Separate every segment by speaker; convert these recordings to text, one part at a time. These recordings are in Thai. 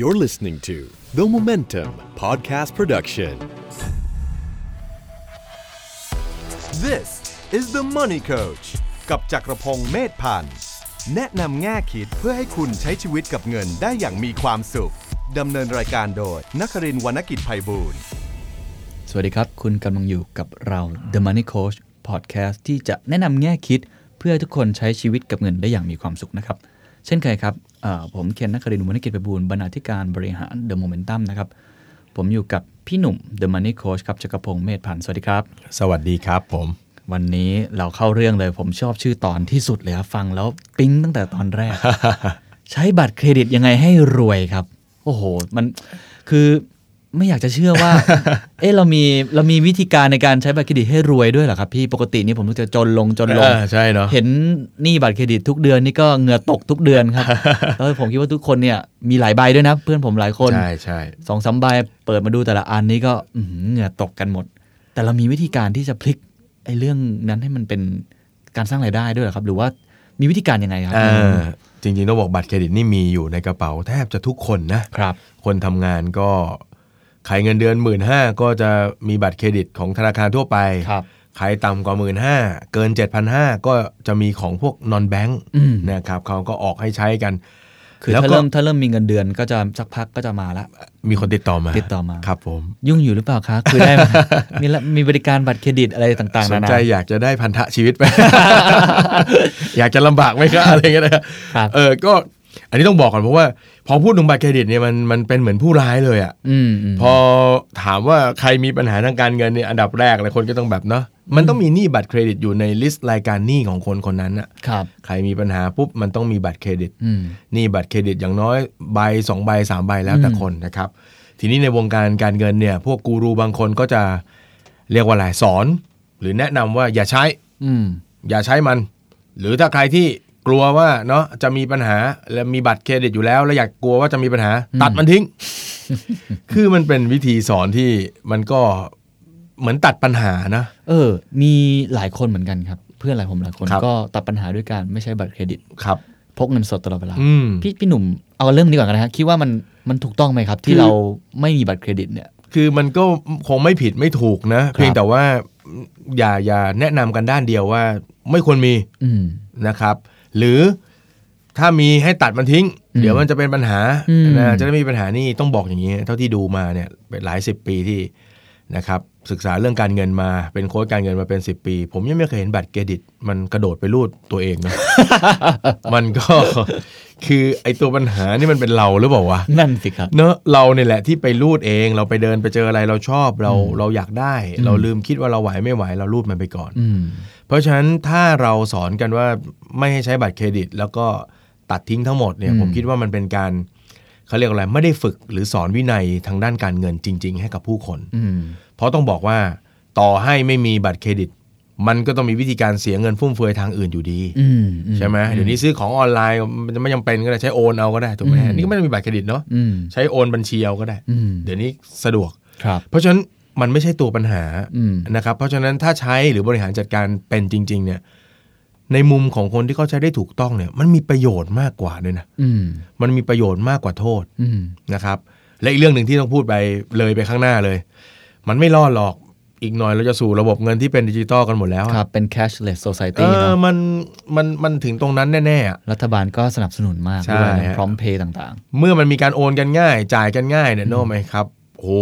Speaker 1: You're listening to The Momentum Podcast Production.
Speaker 2: This is the Money Coach กับจักรพงศ์เมธพันธ์ แนะนำแง่คิดเพื่อให้คุณใช้ชีวิตกับเงินได้อย่างมีความสุข ดำเนินรายการโดยนักรินทร์วรรณกิจไพบูลย์
Speaker 3: สวัสดีครับ คุณกำลังอยู่กับเรา The Money Coach Podcast ที่จะแนะนำแง่คิดเพื่อให้ทุกคนใช้ชีวิตกับเงินได้อย่างมีความสุขนะครับ เช่นเคยครับเอ่อผมเคนนักครินทร์วรรณกิจไปบูลย์บรรณาธิการบริหาร The Momentum นะครับ ผมอยู่กับพี่หนุ่ม The Money Coach ครับจักรพงศ์เมธพันธ์สวัสดีครับ
Speaker 4: สวัสดีครับผม
Speaker 3: วันนี้เราเข้าเรื่องเลยผมชอบชื่อตอนที่สุดเลยครับฟังแล้วปิ๊งตั้งแต่ตอน แรก ใช้บัตรเครดิตยังไงให้รวยครับ โอ้โห มันคือไม่อยากจะเชื่อ ว่า เอะเรามีเรามีวิธีการในการใช้บัตรเครดิตให้รวยด้วยเหรอครับพี่ปกตินี่ผมรู้จะจนลงจนลง
Speaker 4: อ่าใช่เนาะ
Speaker 3: เห็นหนี้บัตรเครดิตทุกเดือนนี่ก็เหงื่อตกทุกเดือน ครับ แล้วผมคิดว่าทุกคนเนี่ยมีหลายใบด้วยนะ เพื่อนผมหลายคน
Speaker 4: ใช่ใช่
Speaker 3: สองสามใบเปิดมาดูแต่ละอันนี้ก็อื้อหือเหงื่อตกกันหมด แต่เรามีวิธีการที่จะพลิกไอ้เรื่องนั้นให้มันเป็นการสร้างรายได้ด้วยเหรอครับ หรือว่ามีวิธีการยังไงครั
Speaker 4: เออจริงๆต้องบอกบัตรเครดิตนี่มีอยู่ในกระเป๋าแทบจะทุกคนนะ
Speaker 3: ครับ
Speaker 4: คนทำงานก็ใครเงินเดือนหมื่นห้าก็จะมีบัตรเครดิตของธนาคารทั่วไป
Speaker 3: ครับ
Speaker 4: ใครต่ำกว่าหมื่นห้าเกิน 7,500 ก็จะมีของพวกนอนแบงค์
Speaker 3: อืม
Speaker 4: นะครับเขาก็ออกให้ใช้กัน
Speaker 3: คือ
Speaker 4: แล้ว
Speaker 3: ถ้า
Speaker 4: ก็
Speaker 3: เริ่มถ้าเริ่มมีเงินเดือนก็จะสักพักก็จะมาละ
Speaker 4: มีคนติดต่อมา
Speaker 3: ติดต่อมา
Speaker 4: ครับผม
Speaker 3: ยุ่งอยู่หรือเปล่าคะคือได้ไหม มีละมีบริการบัตรเครดิตอะไรต่างๆ
Speaker 4: ส
Speaker 3: นานนา
Speaker 4: ใจอยากจะได้พันธะชีวิตไหม อยากจะลำบากไหมครับอะไรเงี้ยนะครับ เออก็อันนี้ต้องบอกก่อนเพราะว่า พอพูดถึงบัตรเครดิตเนี่ยมันมันเป็นเหมือนผู้ร้ายเลยอะ่ะ
Speaker 3: อืมอืม
Speaker 4: พอถามว่าใครมีปัญหาทางการเงินเนี่ยอันดับแรกเลยคนก็ต้องแบบเนาะมันต้องมีหนี้บัตรเครดิตอยู่ในลิสต์รายการหนี้ของคนคนนั้นอะ
Speaker 3: ครับ
Speaker 4: ใครมีปัญหาปุ๊บมันต้องมีบัตรเครดิต
Speaker 3: อืม
Speaker 4: หนี้บัตรเครดิตอย่างน้อยใบสองใบสามใบแล้วแต่
Speaker 3: อืม
Speaker 4: คนนะครับทีนี้ในวงการการเงินเนี่ยพวกกูรูบางคนก็จะเรียกว่าอะไรสอน หรือแนะนำว่าอย่าใช้
Speaker 3: อืม
Speaker 4: อย่าใช้มัน หรือถ้าใครที่กลัวว่าเนาะจะมีปัญหาและมีบัตรเครดิตอยู่แล้ว แล้วอยากกลัวว่าจะมีปัญหา
Speaker 3: อืม
Speaker 4: ตัด มันทิ้ง คือมันเป็นวิธีสอนที่มันก็เหมือนตัดปัญหานะ
Speaker 3: เออ มีหลายคนเหมือนกันครับ เพื่อนหลายผมหลายคน
Speaker 4: ครับ
Speaker 3: ก็ตัดปัญหาด้วยการไม่ใช้บัตรเครดิต
Speaker 4: ครับ
Speaker 3: พกเงินสดตลอดเวลา
Speaker 4: อืม
Speaker 3: พี่พี่หนุ่มเอาเรื่องนี้ก่อนกันนะฮะคิดว่ามันมันถูกต้องไหมครับ ที่
Speaker 4: คือ
Speaker 3: เราไม่มีบัตรเครดิตเนี่ย
Speaker 4: คือมันก็คงไม่ผิดไม่ถูกนะ เพียงแต่ว่าอย่าอย่าแนะนำกันด้านเดียวว่า ไม่ควรมี
Speaker 3: อืม
Speaker 4: นะครับ หรือถ้ามีให้ตัดมันทิ้ง
Speaker 3: อืม
Speaker 4: เดี๋ยวมันจะเป็นปัญหา
Speaker 3: อืม
Speaker 4: นะจะได้ไมมีปัญหานี่ต้องบอกอย่างนี้ เท่าที่ดูมาเนี่ยเป็นหลายสิบปีที่ นะครับศึกษาเรื่องการเงินมาเป็นโค้ชการเงินมาเป็น 10 ปี ผมยังไม่เคยเห็นบัตรเครดิต มันกระโดดไปรูดตัวเอง นะ มันก็ คือไอตัวปัญหานี่มันเป็นเราหรือเปล่าวะ
Speaker 3: นั่นสิครับ
Speaker 4: เนอะเราเนี่ยแหละที่ไปรูดเองเราไปเดินไปเจออะไรเราชอบเรา
Speaker 3: อืม
Speaker 4: เราอยากได้ เราลืมคิดว่าเราไหวไม่ไหวเรารูดมันไปก่อน
Speaker 3: อืม
Speaker 4: เพราะฉะนั้นถ้าเราสอนกันว่าไม่ให้ใช้บัตรเครดิต แล้วก็ตัดทิ้งทั้งหมดเนี่ย
Speaker 3: อืม
Speaker 4: ผมคิดว่ามันเป็นการเขาเรียกอะไรไม่ได้ฝึกหรือสอนวินัยทางด้านการเงินจริง ๆ ให้กับผู้คน
Speaker 3: อืม
Speaker 4: เพราะต้องบอกว่าต่อให้ไม่มีบัตรเครดิต มันก็ต้องมีวิธีการเสียเงินฟุ่มเฟือยทางอื่นอยู่ดี
Speaker 3: อืม
Speaker 4: ใช่ไหมเดี๋ยวนี้ซื้อของออนไลน์มันจะไม่จำเป็นก็ได้ใช้โอนเอาก็ได้ถูกไหม
Speaker 3: อืม
Speaker 4: นี่ก็ไม่ต้องมีบัตรเครดิตเนาะ
Speaker 3: อืม
Speaker 4: ใช้โอนบัญชีเอาก็ได้
Speaker 3: อืม
Speaker 4: เดี๋ยวนี้สะดวก
Speaker 3: ครับ
Speaker 4: เพราะฉะนั้นมันไม่ใช่ตัวปัญหา
Speaker 3: อืม
Speaker 4: นะครับเพราะฉะนั้นถ้าใช้หรือบริหารจัดการเป็นจริง ๆ เนี่ยในมุมของคนที่เขาใช้ได้ถูกต้องเนี่ย มันมีประโยชน์มากกว่าด้วยนะ
Speaker 3: อืม
Speaker 4: มันมีประโยชน์มากกว่าโทษ
Speaker 3: อืม
Speaker 4: นะครับและอีกเรื่องหนึ่งที่ต้องพูดไปเลยไปข้างหน้าเลย มันไม่รอดหรอกอีกหน่อยเราจะสู่ระบบเงินที่เป็นดิจิตอลกันหมดแล้วอะ
Speaker 3: ครับเป็น cashless
Speaker 4: เอ
Speaker 3: society เน
Speaker 4: อ
Speaker 3: อะ
Speaker 4: มันมันมันถึงตรงนั้นแน่ๆอะ
Speaker 3: รัฐบาลก็สนับสนุนมาก
Speaker 4: ใช่
Speaker 3: ด้วย
Speaker 4: ฮะ
Speaker 3: พร้อมเพย์ต่าง
Speaker 4: เมื่อมันมีการโอนกันง่าย จ่ายกันง่ายเนี่ยโน้ไหมครับโอ้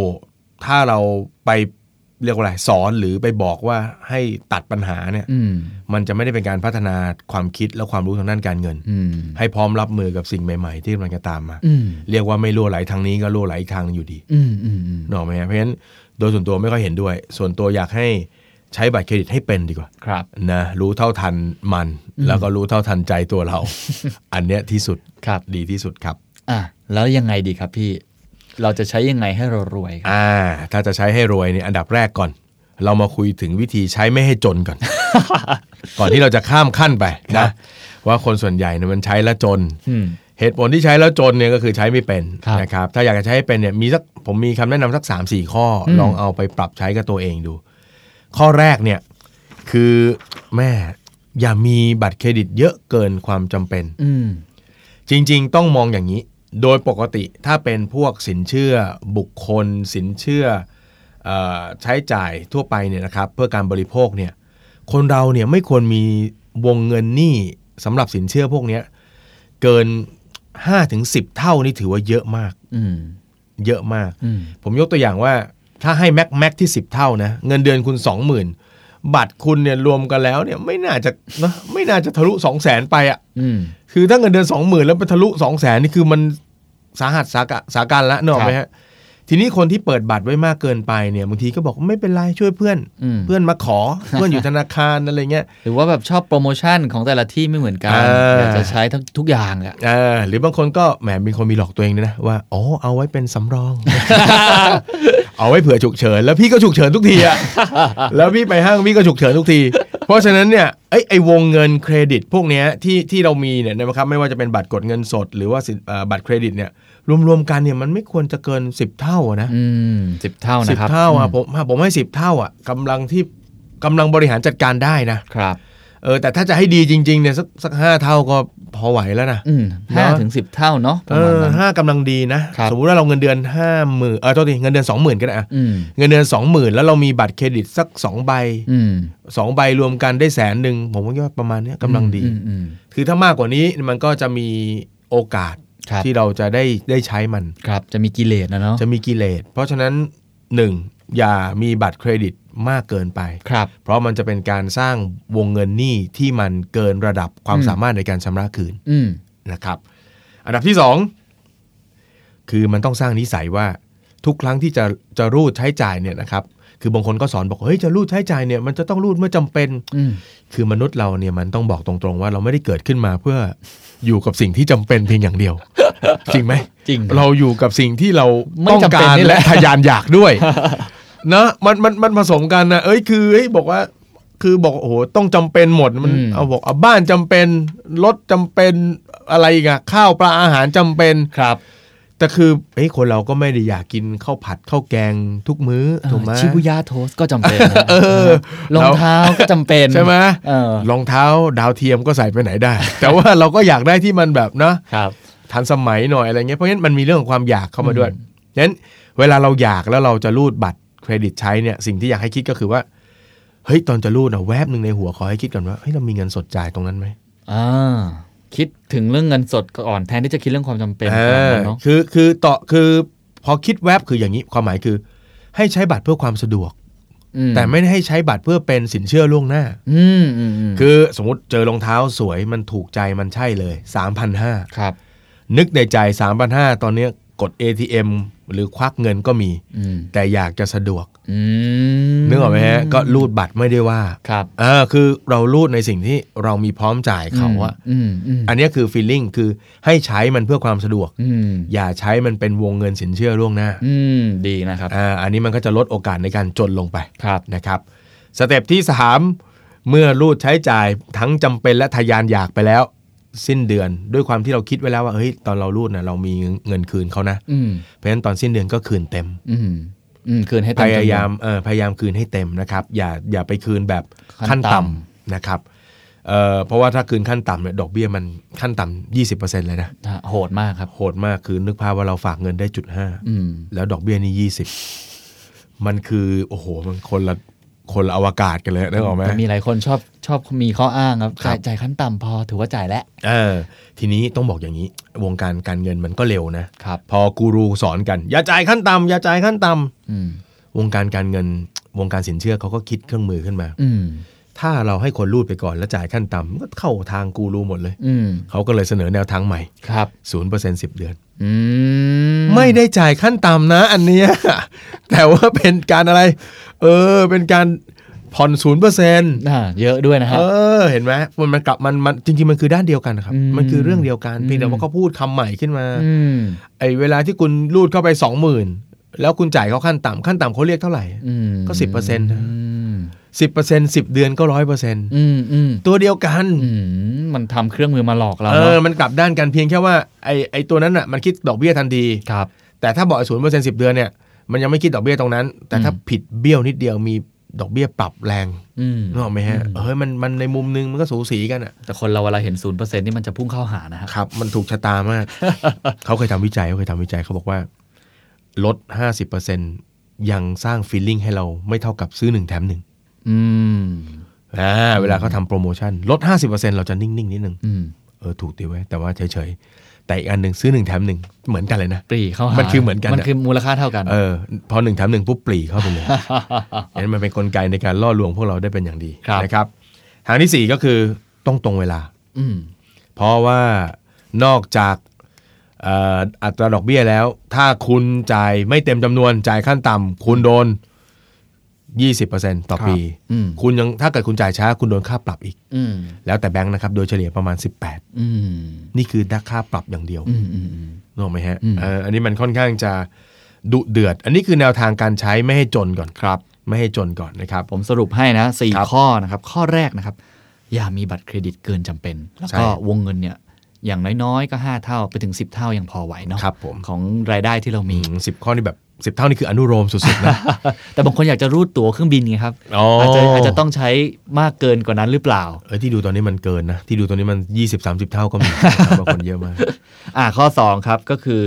Speaker 4: ถ้าเราไปเรียกว่าอะไรสอนหรือไปบอกว่าให้ตัดปัญหาเนี่ย
Speaker 3: ๆ อืม
Speaker 4: มันจะไม่ได้เป็นการพัฒนาความคิดและความรู้ทางด้านการเงิน
Speaker 3: อืม
Speaker 4: ให้พร้อมรับมือกับสิ่งใหม่ ๆ ที่มันจะตามมา
Speaker 3: อืม
Speaker 4: เรียกว่าไม่รั่วไหลทางนี้ก็รั่วไหลอีกทางหนึงอยู่ดี
Speaker 3: อืมอืมอืม
Speaker 4: นกออกไหมฮะเพราะฉะนั้นโดยส่วนตัวไม่ค่อยเห็นด้วย ส่วนตัวอยากให้ใช้บัตรเครดิตให้เป็นดีกว่า
Speaker 3: ครับ
Speaker 4: นะรู้เท่าทันมัน แล้วก็รู้เท่าทันใจตัวเรา อันเนี้ยที่สุด
Speaker 3: ครับ
Speaker 4: ดีที่สุดครับ
Speaker 3: อ่ะแล้วยังไงดีครับพี่ เราจะใช้ยังไงให้เรารวยครับ
Speaker 4: อ่า ถ้าจะใช้ให้รวยเนี่ยอันดับแรกก่อน เรามาคุยถึงวิธีใช้ไม่ให้จน ก่อน ก่อนที่เราจะข้ามขั้นไป
Speaker 3: ครั
Speaker 4: นะ
Speaker 3: บ
Speaker 4: ว่าคนส่วนใหญ่เนี่ยมันใช้แล้วจน
Speaker 3: อืม
Speaker 4: เหตุผลที่ใช้แล้วจนเนี่ยก็คือใช้ไม่เป็น
Speaker 3: ครับ
Speaker 4: นะครับถ้าอยากจะใช้ให้เป็นเนี่ยมีสักผมมีคำแนะนำสัก 3 4 ข้ออ
Speaker 3: ม
Speaker 4: ลองเอาไปปรับใช้กับตัวเองดู ข้อแรกเนี่ยคือแม่อย่ามีบัตรเครดิตเยอะเกินความจำเป็น
Speaker 3: อืม
Speaker 4: จริง ๆ ต้องมองอย่างนี้ โดยปกติถ้าเป็นพวกสินเชื่อบุคคล สินเชื่อเออใช้จ่ายทั่วไปเนี่ยนะครับเพื่อการบริโภคเนี่ยคนเราเนี่ยไม่ควรมีวงเงินหนี้สำหรับสินเชื่อพวกเนี้ยเกิน 5-10 เท่านี่ถือว่าเยอะมาก
Speaker 3: อืม
Speaker 4: เยอะมาก
Speaker 3: อืม
Speaker 4: ผมยกตัวอย่างว่าถ้าให้แม็กแม็กที่ 10 เท่านะ เงินเดือนคุณ 20,000 บัตรคุณเนี่ยรวมกันแล้วเนี่ยไม่น่าจะนะไม่น่าจะทะลุ 2 0 0 0 0 0 ไปอะ่ะ
Speaker 3: อืม
Speaker 4: คือถ้าเงินเดือน 20,000 แล้วไปทะลุ 2 0 0 0 0 0 นี่คือมันสาหัสสากะสาการละเนกอะไหมฮะทีนี้คนที่เปิดบัตรไว้มากเกินไปเนี่ยบางทีก็บอกไม่เป็นไรช่วยเพื่อน
Speaker 3: อืม
Speaker 4: เพื่อนมาขอ เพื่อนอยู่ธนาคารอะไรเงี้ย
Speaker 3: หรือว่าแบบชอบโปรโมชั่นของแต่ละที่ไม่เหมือนกัน
Speaker 4: อ่า
Speaker 3: อยากจะใช้ทั้งทุกอย่างอ่ะ
Speaker 4: อ่าหรือบางคนก็แหมมีคนมีหลอกตัวเองด้วยนะว่าอ๋อเอาไว้เป็นสำรอง เอาไว้เผื่อฉุกเฉิน แล้วพี่ก็ฉุกเฉินทุกทีอะ แล้วพี่ไปห้างพี่ก็ฉุกเฉินทุกที เพราะฉะนั้นเนี่ยไอ้ไอ้วงเงินเครดิตพวกเนี้ยที่ที่เรามีเนี่ยนะครับไม่ว่าจะเป็นบัตรกดเงินสด หรือว่าสินเอ่อบัตรเครดิตเนี่ยรวมๆกันเนี่ยมันไม่ควรจะเกิน 10 เท่าอะนะ
Speaker 3: อืมสิบเท่า
Speaker 4: สิ
Speaker 3: นะ
Speaker 4: บ
Speaker 3: ครับ
Speaker 4: เท่า
Speaker 3: อื
Speaker 4: อะ
Speaker 3: ม
Speaker 4: ผมผมให้ 10 เท่าอะกำลังที่กำลังบริหารจัดการได้นะครับ เออแต่ถ้าจะให้ดีจริงๆเนี่ยสักสักห้าเท่าก็พอไหวแล้วนะ
Speaker 3: อืมห้าถึงสิบเท่าเนาะป
Speaker 4: เอ
Speaker 3: ระมาณ
Speaker 4: อ
Speaker 3: นั้น
Speaker 4: ห้ากำลังดีนะ
Speaker 3: ครับ
Speaker 4: สมมุติว่าเราเงินเดือนห้าหมื่นเออโทษทีเงินเดือนสองหมื่นก็ได้อะ
Speaker 3: อืม
Speaker 4: เงินเดือนสองหมื่นแล้วเรามีบัตรเครดิตสักสองใบ
Speaker 3: อืม
Speaker 4: สองใบรวมกันได้แสนหนึ่งผมว่าก็ประมาณเนี้ยกำลังดี
Speaker 3: อืมอืม
Speaker 4: คือถ้ามากกว่านี้มันก็จะมีโอกาส
Speaker 3: ครับ
Speaker 4: ที่เราจะได้ได้ใช้มัน
Speaker 3: ครับจะมีกิเลสนะเนาะ
Speaker 4: จะมีกิเลสเพราะฉะนั้นหนึ่งอย่ามีบัตรเครดิตมากเกินไป
Speaker 3: ครับ
Speaker 4: เพราะมันจะเป็นการสร้างวงเงินหนี้ที่มันเกินระดับความ
Speaker 3: อืม
Speaker 4: สามารถในการชำระคืน
Speaker 3: อืม
Speaker 4: นะครับอันดับที่สองคือมันต้องสร้างนิสัยว่าทุกครั้งที่จะจะรูดใช้จ่ายเนี่ยนะครับคือบางคนก็สอนบอกเฮ้ยจะรูดใช้จ่ายเนี่ยมันจะต้องรูดเมื่อจำเป็น
Speaker 3: อืม
Speaker 4: คือมนุษย์เราเนี่ยมันต้องบอกตรงๆ ว่าเราไม่ได้เกิดขึ้นมาเพื่ออยู่กับสิ่งที่จำเป็นเพียงอย่างเดียว จริงไหม
Speaker 3: จริง
Speaker 4: เราอยู่กับสิ่งที่เรา
Speaker 3: ไม่
Speaker 4: ต้อง
Speaker 3: จำเป็น
Speaker 4: การ
Speaker 3: นี่แห
Speaker 4: และ
Speaker 3: ละ
Speaker 4: ทะยานอยาก ด้วย นะมันมันมันผสมกันนะเอ้ยคือเอ้ยบอกว่า คือบอกโอ้โหต้องจำเป็นหมดมันเอาบอกเอาบ้านจำเป็นรถจำเป็นอะไรอีกอะข้าวปลาอาหารจำเป็น
Speaker 3: ครับ
Speaker 4: แต่คือเอ้ยคนเราก็ไม่ได้อยากกินข้าวผัดข้าวแกงทุกมื้อถูกไหม
Speaker 3: ชิบุย่าโทสก็จำเป็นนะ
Speaker 4: อ
Speaker 3: รองเท้าก็จำเป็น
Speaker 4: ใช่ไหม
Speaker 3: เออ
Speaker 4: รองเท้าดาวเทียมก็ใส่ไปไหนได้ แต่ว่าเราก็อยากได้ที่มันแบบเนาะ
Speaker 3: ครับ
Speaker 4: ทันสมัยหน่อยอะไรเงี้ยเพราะฉะนั้นมันมีเรื่องของความอยากเข้ามาด้วยฉะนั้นเวลาเราอยากแล้วเราจะรูดบัตรเครดิตใช้เนี่ยสิ่งที่อยากให้คิดก็คือว่าเฮ้ยตอนจะรูดอะแวบหนึ่งในหัวขอให้คิดก่อนว่าเฮ้ยเรามีเงินสดจ่ายตรงนั้นไหม
Speaker 3: อ่าคิดถึงเรื่องเงินสดก่อนแทนที่จะคิดเรื่องความจำเป็น
Speaker 4: เอ
Speaker 3: ขนาด
Speaker 4: อ
Speaker 3: นั้นเนาะ
Speaker 4: คือคือต่อคือพอคิดแวบคืออย่างนี้ความหมายคือ ให้ใช้บัตรเพื่อความสะดวก
Speaker 3: อื
Speaker 4: แต่ไม่ได้ให้ใช้บัตรเพื่อเป็นสินเชื่อล่วงหน้า
Speaker 3: อืมอืมอืม
Speaker 4: คือสมมติเจอรองเท้าสวยมันถูกใจมันใช่เลย3,500
Speaker 3: ครับ
Speaker 4: นึกในใจ 3,500 ตอนเนี้ยกด ATM หรือควักเงินก็มี
Speaker 3: อืม
Speaker 4: แต่อยากจะสะดวก
Speaker 3: อืม
Speaker 4: นึกออกไหมฮะก็รูดบัตรไม่ได้ว่า
Speaker 3: ครับ
Speaker 4: เออคือเรารูดในสิ่งที่เรามีพร้อมจ่ายเขาอะ
Speaker 3: อืมอืม
Speaker 4: อันเนี้ยคือฟีลลิ่งคือให้ใช้มันเพื่อความสะดวก
Speaker 3: อืม
Speaker 4: อย่าใช้มันเป็นวงเงินสินเชื่อล่วงหน้า
Speaker 3: อืมดีนะครับ
Speaker 4: อ่าอันนี้มันก็จะลดโอกาสในการจนลงไป
Speaker 3: ครับ
Speaker 4: นะครับสเต็ปที่ 3 เมื่อรูดใช้จ่ายทั้งจำเป็นและทะยานอยากไปแล้ว สิ้นเดือนด้วยความที่เราคิดไว้แล้วว่าเฮ้ยตอนเรารูดนะเรามีเงินคืนเขานะ
Speaker 3: อืม
Speaker 4: เพราะฉะนั้นตอนสิ้นเดือนก็คืนเต็ม
Speaker 3: อืมอืมคืนให้
Speaker 4: พ
Speaker 3: เต็จำนวน
Speaker 4: ยายามเออพยายามคืนให้เต็มนะครับ อย่าอย่าไปคืนแบบ
Speaker 3: ขั้
Speaker 4: ขั้น
Speaker 3: นต่ำ
Speaker 4: ต่ำนะครับเอ่อเพราะว่าถ้าคืนขั้นต่ำเนี่ยดอกเบี้ยมันขั้นต่ำ20%เลยนะ
Speaker 3: ฮะโหดมากครับ
Speaker 4: โหดมากคือนึกภาพว่าเราฝากเงินได้จุดห้า
Speaker 3: อืม
Speaker 4: แล้วดอกเบี้ยนี่20 มันคือโอ้โหมันคนละคนละอวกาศกันเลยนึกออกไหม
Speaker 3: แต่มีหลายคนชอบชอบมีข้ออ้างครับ
Speaker 4: ครับ
Speaker 3: จ่ายจ่ายขั้นต่ำพอถือว่าจ่ายแล้ว
Speaker 4: เออทีนี้ต้องบอกอย่างนี้ วงการการเงินมันก็เร็วนะครับ พอกูรูสอนกัน อย่าจ่ายขั้นต่ำอย่าจ่ายขั้นต่ำ
Speaker 3: อืม
Speaker 4: วงการการเงิน วงการสินเชื่อเขาก็คิดเครื่องมือขึ้นมา
Speaker 3: อืม
Speaker 4: ถ้าเราให้คนรูดไปก่อนแล้วจ่ายขั้นต่ำมันก็เข้าทางกูรูหมดเลย
Speaker 3: อืม
Speaker 4: เขาก็เลยเสนอแนวทางใหม่
Speaker 3: ครับ
Speaker 4: 0% 10 เดือน
Speaker 3: อืม
Speaker 4: ไม่ได้จ่ายขั้นต่ำนะอันเนี้ย แต่ว่าเป็นการอะไร เออ เป็นการผ่อน 0%
Speaker 3: อ่าเยอะด้วยนะฮะ
Speaker 4: เออ เห็นไหมมันมันกลับมันมันจริง ๆ มันคือด้านเดียวกันนะครับ
Speaker 3: อืม
Speaker 4: มันคือเรื่องเดียวกันเพียงแต่
Speaker 3: อืม
Speaker 4: ว่าเขาพูดคำใหม่ขึ้นมา
Speaker 3: อืม
Speaker 4: ไอ้เวลาที่คุณรูดเข้าไป 20,000 แล้วคุณจ่ายเขาขั้นต่ำขั้นต่ำเขาเรียกเท่าไหร่
Speaker 3: อืม
Speaker 4: ก็10%นะ
Speaker 3: อืม
Speaker 4: 10% 10 เดือนก็ 100%
Speaker 3: อืมอืม
Speaker 4: ตัวเดียวกัน
Speaker 3: อืมมันทำเครื่องมือมาหลอกเรา
Speaker 4: เออ
Speaker 3: เนาะ
Speaker 4: มันกลับด้านกันเพียงแค่ว่าไอไอตัวนั้นอ่ะมันคิดดอกเบี้ยทันที
Speaker 3: ครับ
Speaker 4: แต่ถ้าบอกศูนย์เปอร์เซ็นต์สิบเดือนเนี่ยมันยังไม่คิดดอกเบี้ยตรงนั้น แต่ถ้า
Speaker 3: อืม
Speaker 4: ผิดเบี้ยวนิดเดียวมี ดอกเบี้ยปรับแรง
Speaker 3: อืม
Speaker 4: นึกออกไหมฮะเฮ้ยมันมันในมุมนึงมันก็สูสีกันอ่ะ
Speaker 3: แต่คนเราเวลาเห็นศูนย์เปอร์เซ็นต์นี่มันจะพุ่งเข้าหานะฮะ
Speaker 4: ครับ มันถูกชะตาม าก เขาเคยทำวิจัยเขาเคยทำวิจัยเขาบอกว่า ลด 50%ยังสร้างฟีลลิ่งให้เราไม่เท่ากับซื้อหนึ่งแถมหนึ่ง
Speaker 3: อืม
Speaker 4: อ่าเวลาเขาทำโปรโมชั่น ลด 50%เราจะนิ่ง ๆ นิดนึง
Speaker 3: อืม
Speaker 4: เออ ถูกดีไว้ยแต่ว่าเฉย ๆ แต่อีกอันหนึ่งซื้อหนึ่งแถมหนึ่งเหมือนกันเลยนะ
Speaker 3: ปรีเข้าหา
Speaker 4: มั
Speaker 3: มัน
Speaker 4: คือเหมือนกัน
Speaker 3: มัน
Speaker 4: อะ
Speaker 3: คือมูลค่าเท่ากัน
Speaker 4: เออ พอหนึ่งแถมหนึ่งปุ๊บปรีเข้าไป เลย อันนั้นมันเป็นนกลไกในการล่อลวงพวกเราได้เป็นอย่างดีนะครับทางที่สี่ก็คือต้องตรงเวลา
Speaker 3: อืม
Speaker 4: เพราะว่านอกจากเอ่ออัตราดอกเบี้ยแล้ว ถ้าคุณจ่ายไม่เต็มจำนวนจ่ายขั้นต่ำคุณโดน 20%ต่อปี
Speaker 3: อืม
Speaker 4: คุณยังถ้าเกิดคุณจ่ายช้า คุณโดนค่าปรับอีก
Speaker 3: อืม
Speaker 4: แล้วแต่แบงค์นะครับ โดยเฉลี่ยประมาณ
Speaker 3: อืม
Speaker 4: 18 นี่คือดักค่าปรับอย่างเดียว
Speaker 3: อืม อืม อืม
Speaker 4: นึกออกไหมฮะ
Speaker 3: อืม
Speaker 4: เอ่ออันนี้มันค่อนข้างจะดุเดือด อันนี้คือแนวทางการใช้ไม่ให้จนก่อนครับ ไม่ให้จนก่อนนะครับ
Speaker 3: ผมสรุปให้นะสี่
Speaker 4: ครับ
Speaker 3: ข้อนะครับ ข้อแรกนะครับ อย่ามีบัตรเครดิตเกินจำเป็น แล้วก็วงเงินเนี่ย อย่างน้อยๆ ก็ 5 เท่าไปถึง 10 เท่ายังพอไหวเนาะ
Speaker 4: ครับผม
Speaker 3: ของรายได้ที่เรามี
Speaker 4: สิบข้อนี่แบบสิบเท่านี่คืออนุโรมสุดๆนะ
Speaker 3: แต่บางคนอยากจะรูดตั๋วเครื่องบินไงครับ
Speaker 4: อ๋ออ
Speaker 3: อาจจะอาจจะต้องใช้มากเกินกว่านั้นหรือเปล่า
Speaker 4: เอ้ยที่ดูตอนนี้มันเกินนะ ที่ดูตอนนี้มัน 20 30 เท่าก็มี นะครับบางคนเยอะมาก
Speaker 3: อ่าข้อ 2 ครับก็คือ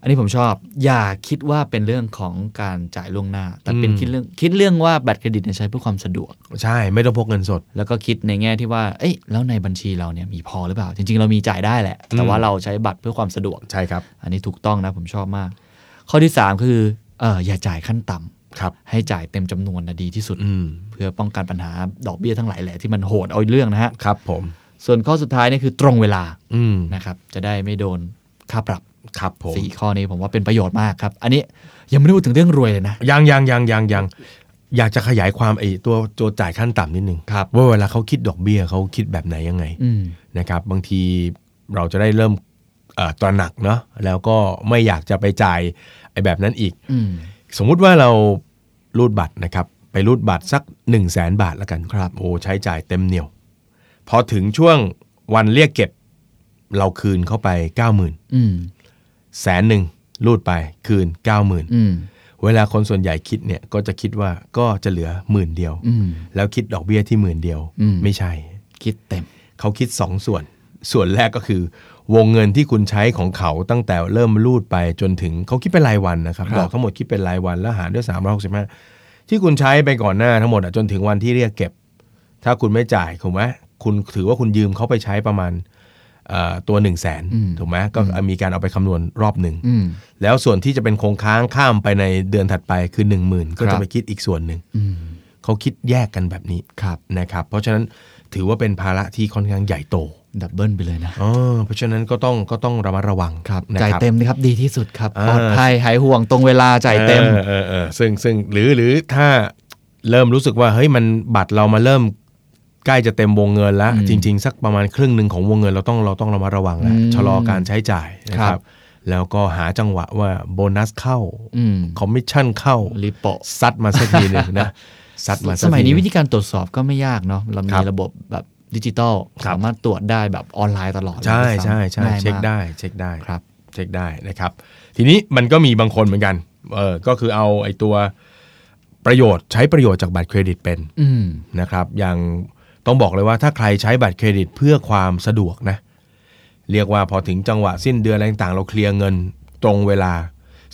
Speaker 3: อันนี้ผมชอบ อย่าคิดว่าเป็นเรื่องของการจ่ายล่วงหน้า แต่เป็น
Speaker 4: อืม
Speaker 3: คิดเรื่องคิดเรื่องว่าบัตรเครดิตเนี่ยใช้เพื่อความสะดวก
Speaker 4: ใช่ไม่ต้องพกเงินสด
Speaker 3: แล้วก็คิดในแง่ที่ว่า เอ้ยแล้วในบัญชีเราเนี่ยมีพอหรือเปล่า จริง ๆ เรามีจ่ายได้แหละ แต่ว่าเราใช้บัตรเพื่อความสะดวก
Speaker 4: ใช่ครับ
Speaker 3: อันนี้ถูกต้องนะผมชอบมาก ข้อที่ 3 คือเอออย่าจ่ายขั้นต่ำ
Speaker 4: ครับ
Speaker 3: ให้จ่ายเต็มจำนวนนะดีที่สุด
Speaker 4: อืม
Speaker 3: เพื่อป้องกันปัญหาดอกเบี้ยทั้งหลายแหละที่มันโหดเอาเรื่องนะฮะ
Speaker 4: ครับผม
Speaker 3: ส่วนข้อสุดท้ายเนี่ยคือตรงเวลา
Speaker 4: อืม
Speaker 3: นะครับจะได้ไม่โดนค่าปรับ
Speaker 4: ครับผม
Speaker 3: สี่ข้อนี้ผมว่าเป็นประโยชน์มากครับ อันนี้ยังไม่ได้พูดถึงเรื่องรวยเลยนะ
Speaker 4: ยังยังยังยังยังอยากจะขยายความไอ้ตัวโจทย์จ่ายขั้นต่ำนิดนึง
Speaker 3: ครับ
Speaker 4: ว่าเวลาเขาคิดดอกเบี้ยเขาคิดแบบไหนยังไง
Speaker 3: อืม
Speaker 4: นะครับบางทีเราจะได้เริ่มเอ่อตระหนักเนาะแล้วก็ไม่อยากจะไปจ่ายไอ้แบบนั้นอีก
Speaker 3: อืม
Speaker 4: สมมุติว่าเรารูดบัตรนะครับ ไปรูดบัตรสัก 1 0 0 0 0แสนบาทแล้วกัน
Speaker 3: ครับ
Speaker 4: โอ้ใช้จ่ายเต็มเหนียว พอถึงช่วงวันเรียกเก็บ เราคืนเข้าไป 9 0 0 0 0
Speaker 3: อืม
Speaker 4: แสนหนึ่งรูดไปคืน 9 0 0 0
Speaker 3: อืม
Speaker 4: 0 เวลาคนส่วนใหญ่คิดเนี่ย ก็จะคิดว่าก็จะเหลือหมื่นเดียว
Speaker 3: อืม
Speaker 4: แล้วคิดดอกเบี้ยที่หมื่นเดียว
Speaker 3: อืม
Speaker 4: ไม่ใช่
Speaker 3: คิดเต็ม
Speaker 4: เขาคิด 2 ส่วน ส่วนแรกก็คือ วงเงินที่คุณใช้ของเขาตั้งแต่เริ่มรูดไปจนถึงเขาคิดเป็นรายวันนะครับ
Speaker 3: ครับ
Speaker 4: บอกทั้งหมดคิดเป็นรายวันแล้วหารด้วย 365 ที่คุณใช้ไปก่อนหน้าทั้งหมดอะจนถึงวันที่เรียกเก็บ ถ้าคุณไม่จ่ายถูกไหมคุณถือว่าคุณยืมเขาไปใช้ประมาณเอ่อตัว 1 0 0 0 0แสนถูกไหมก็มีการเอาไปคำนวณรอบหนึ่ง
Speaker 3: อืม
Speaker 4: แล้วส่วนที่จะเป็นคงค้างข้ามไปในเดือนถัดไปคือ 1 0,000 ก็
Speaker 3: ครั
Speaker 4: จะ
Speaker 3: บ
Speaker 4: ไปคิดอีกส่วนหนึ่ง
Speaker 3: อืม
Speaker 4: เขาคิดแยกกันแบบนี้
Speaker 3: ครับ
Speaker 4: นะครับ เพราะฉะนั้นถือว่าเป็นภาระที่ค่อนข้างใหญ่โต
Speaker 3: ดับเบิลไปเลยนะ
Speaker 4: เออเพราะฉะนั้นก็ต้องก็ต้องระมัดระวังนะ
Speaker 3: จ่าย
Speaker 4: ครับ
Speaker 3: เต็มนะครับ ดีที่สุดครับ
Speaker 4: อ่า
Speaker 3: ปลอดภัยหายห่วงตรงเวลาจ่ายเต็ม
Speaker 4: ออออเออซึ่งซึ่งหรือหรือถ้าเริ่มรู้สึกว่าเฮ้ยมันบัตรเรามาเริ่มใกล้จะเต็มวงเงินแล้ว
Speaker 3: อืม
Speaker 4: จริง ๆ สักประมาณครึ่งหนึ่งของวงเงินเราต้องเราต้องระมัดระวังแล้ว
Speaker 3: อืม
Speaker 4: ชะลอการใช้จ่ายนะค
Speaker 3: ครั
Speaker 4: รับ บ แล้วก็หาจังหวะว่าโบนัสเข้า
Speaker 3: อืม
Speaker 4: คอมมิชชั่นเข้า
Speaker 3: ลิโปะ
Speaker 4: ซัดมาสักทีหนึ่ง นะ ซัดมา
Speaker 3: ส
Speaker 4: กทีหง
Speaker 3: มัยนี้วิธีการตรวจสอบก็ไม่ยากเนาะเรา
Speaker 4: ค
Speaker 3: มี
Speaker 4: รับ
Speaker 3: ระบบแบบดิจิตอล
Speaker 4: ครับ
Speaker 3: สามารถตรวจได้แบบออนไลน์ตลอดเลย
Speaker 4: ใช่
Speaker 3: ด้วยซ้ำ
Speaker 4: ใช่ใช่
Speaker 3: ง่ายมาก
Speaker 4: เช็คได้เช็คได้
Speaker 3: ครับ
Speaker 4: เช็คได้นะครับ ทีนี้มันก็มีบางคนเหมือนกันเออก็คือเอาไอ้ตัวประโยชน์ใช้ประโยชน์จากบัตรเครดิตเป็น
Speaker 3: อืม
Speaker 4: นะครับ อย่างต้องบอกเลยว่าถ้าใครใช้บัตรเครดิตเพื่อความสะดวกนะ เรียกว่าพอถึงจังหวะสิ้นเดือนอะไรต่างๆ เราเคลียร์เงินตรงเวลา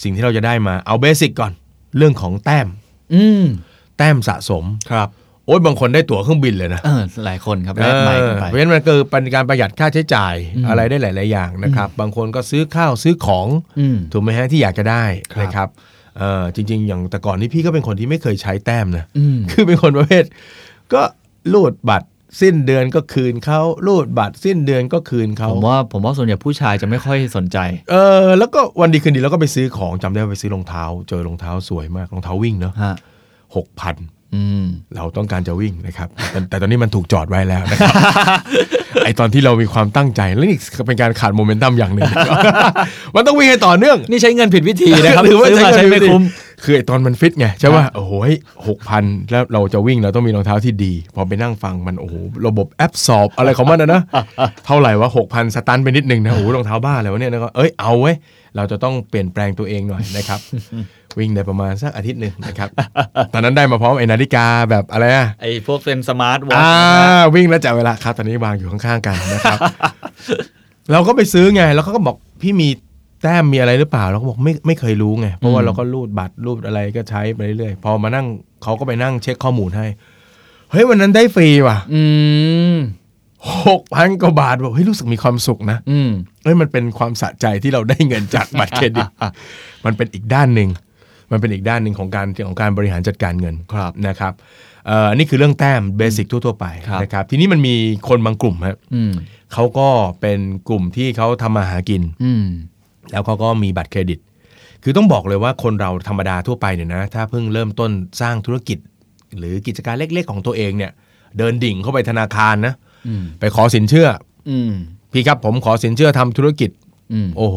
Speaker 4: สิ่งที่เราจะได้มาเอาเบสิกก่อน เรื่องของแต้ม
Speaker 3: อืม
Speaker 4: แต้มสะสม
Speaker 3: ครับ
Speaker 4: โอ๊ยบางคนได้ตั๋วเครื่องบินเลยนะ
Speaker 3: เออหลายคนครับแลกใหม่กันไป
Speaker 4: เออเพราะฉะนั้นมันคือเป็นการประหยัดค่าใช้จ่าย
Speaker 3: อืม
Speaker 4: อะไรได้หลาย ๆ อย่างนะครับ บางคนก็ซื้อข้าวซื้อของ
Speaker 3: อืม
Speaker 4: ถูกไหมฮะที่อยากจะได้
Speaker 3: ครับ
Speaker 4: นะครับเอ่อจริง ๆ อย่างแต่ก่อนนี่พี่ก็เป็นคนที่ไม่เคยใช้แต้มนะ
Speaker 3: อืม
Speaker 4: คือเป็นคนประเภท ก็รูดบัตรสิ้นเดือนก็คืนเขารูดบัตรสิ้นเดือนก็คืนเขา
Speaker 3: ผมว่าผมว่าส่วนใหญ่ผู้ชายจะไม่ค่อยสนใจ
Speaker 4: เออแล้วก็วันดีคืนดีแล้วก็ไปซื้อของจำได้ว่าไปซื้อรองเท้า เจอรองเท้าสวยมากรองเท้าวิ่งเนาะ
Speaker 3: ฮะ
Speaker 4: หกพัน
Speaker 3: อืม
Speaker 4: เราต้องการจะวิ่งนะครับ แต่แต่ตอนนี้มันถูกจอดไว้แล้วนะครับ ไอตอนที่เรามีความตั้งใจ แล้วนี่เป็นการขาดโมเมนตัมอย่างหนึ่ง มันต้องวิ่งให้ต่อเนื่อง
Speaker 3: นี่ใช้เงินผิดวิธีนะครับ
Speaker 4: หรือว่า
Speaker 3: ซื้อมาใช้
Speaker 4: เงิน
Speaker 3: ไม่คุ้ม
Speaker 4: คือไอตอนมันฟิตไงใช่
Speaker 3: ค
Speaker 4: ป่ะ
Speaker 3: รับ
Speaker 4: โอ้โหหกพันแล้วเราจะวิ่งเราต้องมีรองเท้าที่ดี พอไปนั่งฟังมันโอ้โหระบบแอปสอบอะไรของมันนะ นะ เท่าไหร่ว่าหกพันสตันไป นิดนึงนะโอ้โหรองเท้าบ้าอะไรวะเนี่ยนะก็เอ้ยเอาเว้ยเราจะต้องเปลี่ยนแปลงตัวเองหน่อยนะครับ วิ่งได้ประมาณสักอาทิตย์หนึ่งนะครับ ตอนนั้นได้มาพร้อมไอ้นาฬิกาแบบอะไรอะ
Speaker 3: ไอ้พวกเป็นสมาร์ทวอทช์
Speaker 4: อ่า
Speaker 3: นะฮะ
Speaker 4: วิ่งแล้วจับเวลาครับ ตอนนี้วางอยู่ข้างๆกัน นะครับ เราก็ไปซื้อไง แล้วเขาก็บอกพี่มีแต้มมีอะไรหรือเปล่าเราก็บอกไม่ไม่เคยรู้ไง เพราะว่า
Speaker 3: อืม
Speaker 4: เราก็รูดบัตรรูดอะไรก็ใช้ไปเรื่อยๆพอมานั่งเขาก็ไปนั่งเช็คข้อมูลให้ เฮ้ยวันนั้นได้ฟรีว่ะ
Speaker 3: อืม
Speaker 4: หกพันกว่าบาทบอกเฮ้ยรู้สึกมีความสุขนะ
Speaker 3: อืม
Speaker 4: เฮ้ยมันเป็นความสะใจที่เราได้เงินจากบัตรเคร ดิต มันเป็นอีกด้านหนึ่งมันเป็นอีกด้านหนึ่งของการของการบริหารจัดการเงิน
Speaker 3: ครับ
Speaker 4: นะครับเอ่อนี่คือเรื่องแต้มเบสิกทั่ว ๆ ไป
Speaker 3: ครับ
Speaker 4: นะครับ ทีนี้มันมีคนบางกลุ่มฮะ
Speaker 3: อืม
Speaker 4: เขาก็เป็นกลุ่มที่เขาทำมาหากิน
Speaker 3: อืม
Speaker 4: แล้วเขาก็มีบัตรเครดิต คือต้องบอกเลยว่าคนเราธรรมดาทั่วไปเนี่ยนะ ถ้าเพิ่งเริ่มต้นสร้างธุรกิจ หรือกิจการเล็ก ๆ ของตัวเองเนี่ย เดินดิ่งเข้าไปธนาคารนะ
Speaker 3: อืม
Speaker 4: ไปขอสินเชื่อ
Speaker 3: อืม
Speaker 4: พี่ครับผมขอสินเชื่อทำธุรกิจ
Speaker 3: อืม
Speaker 4: โอ้โห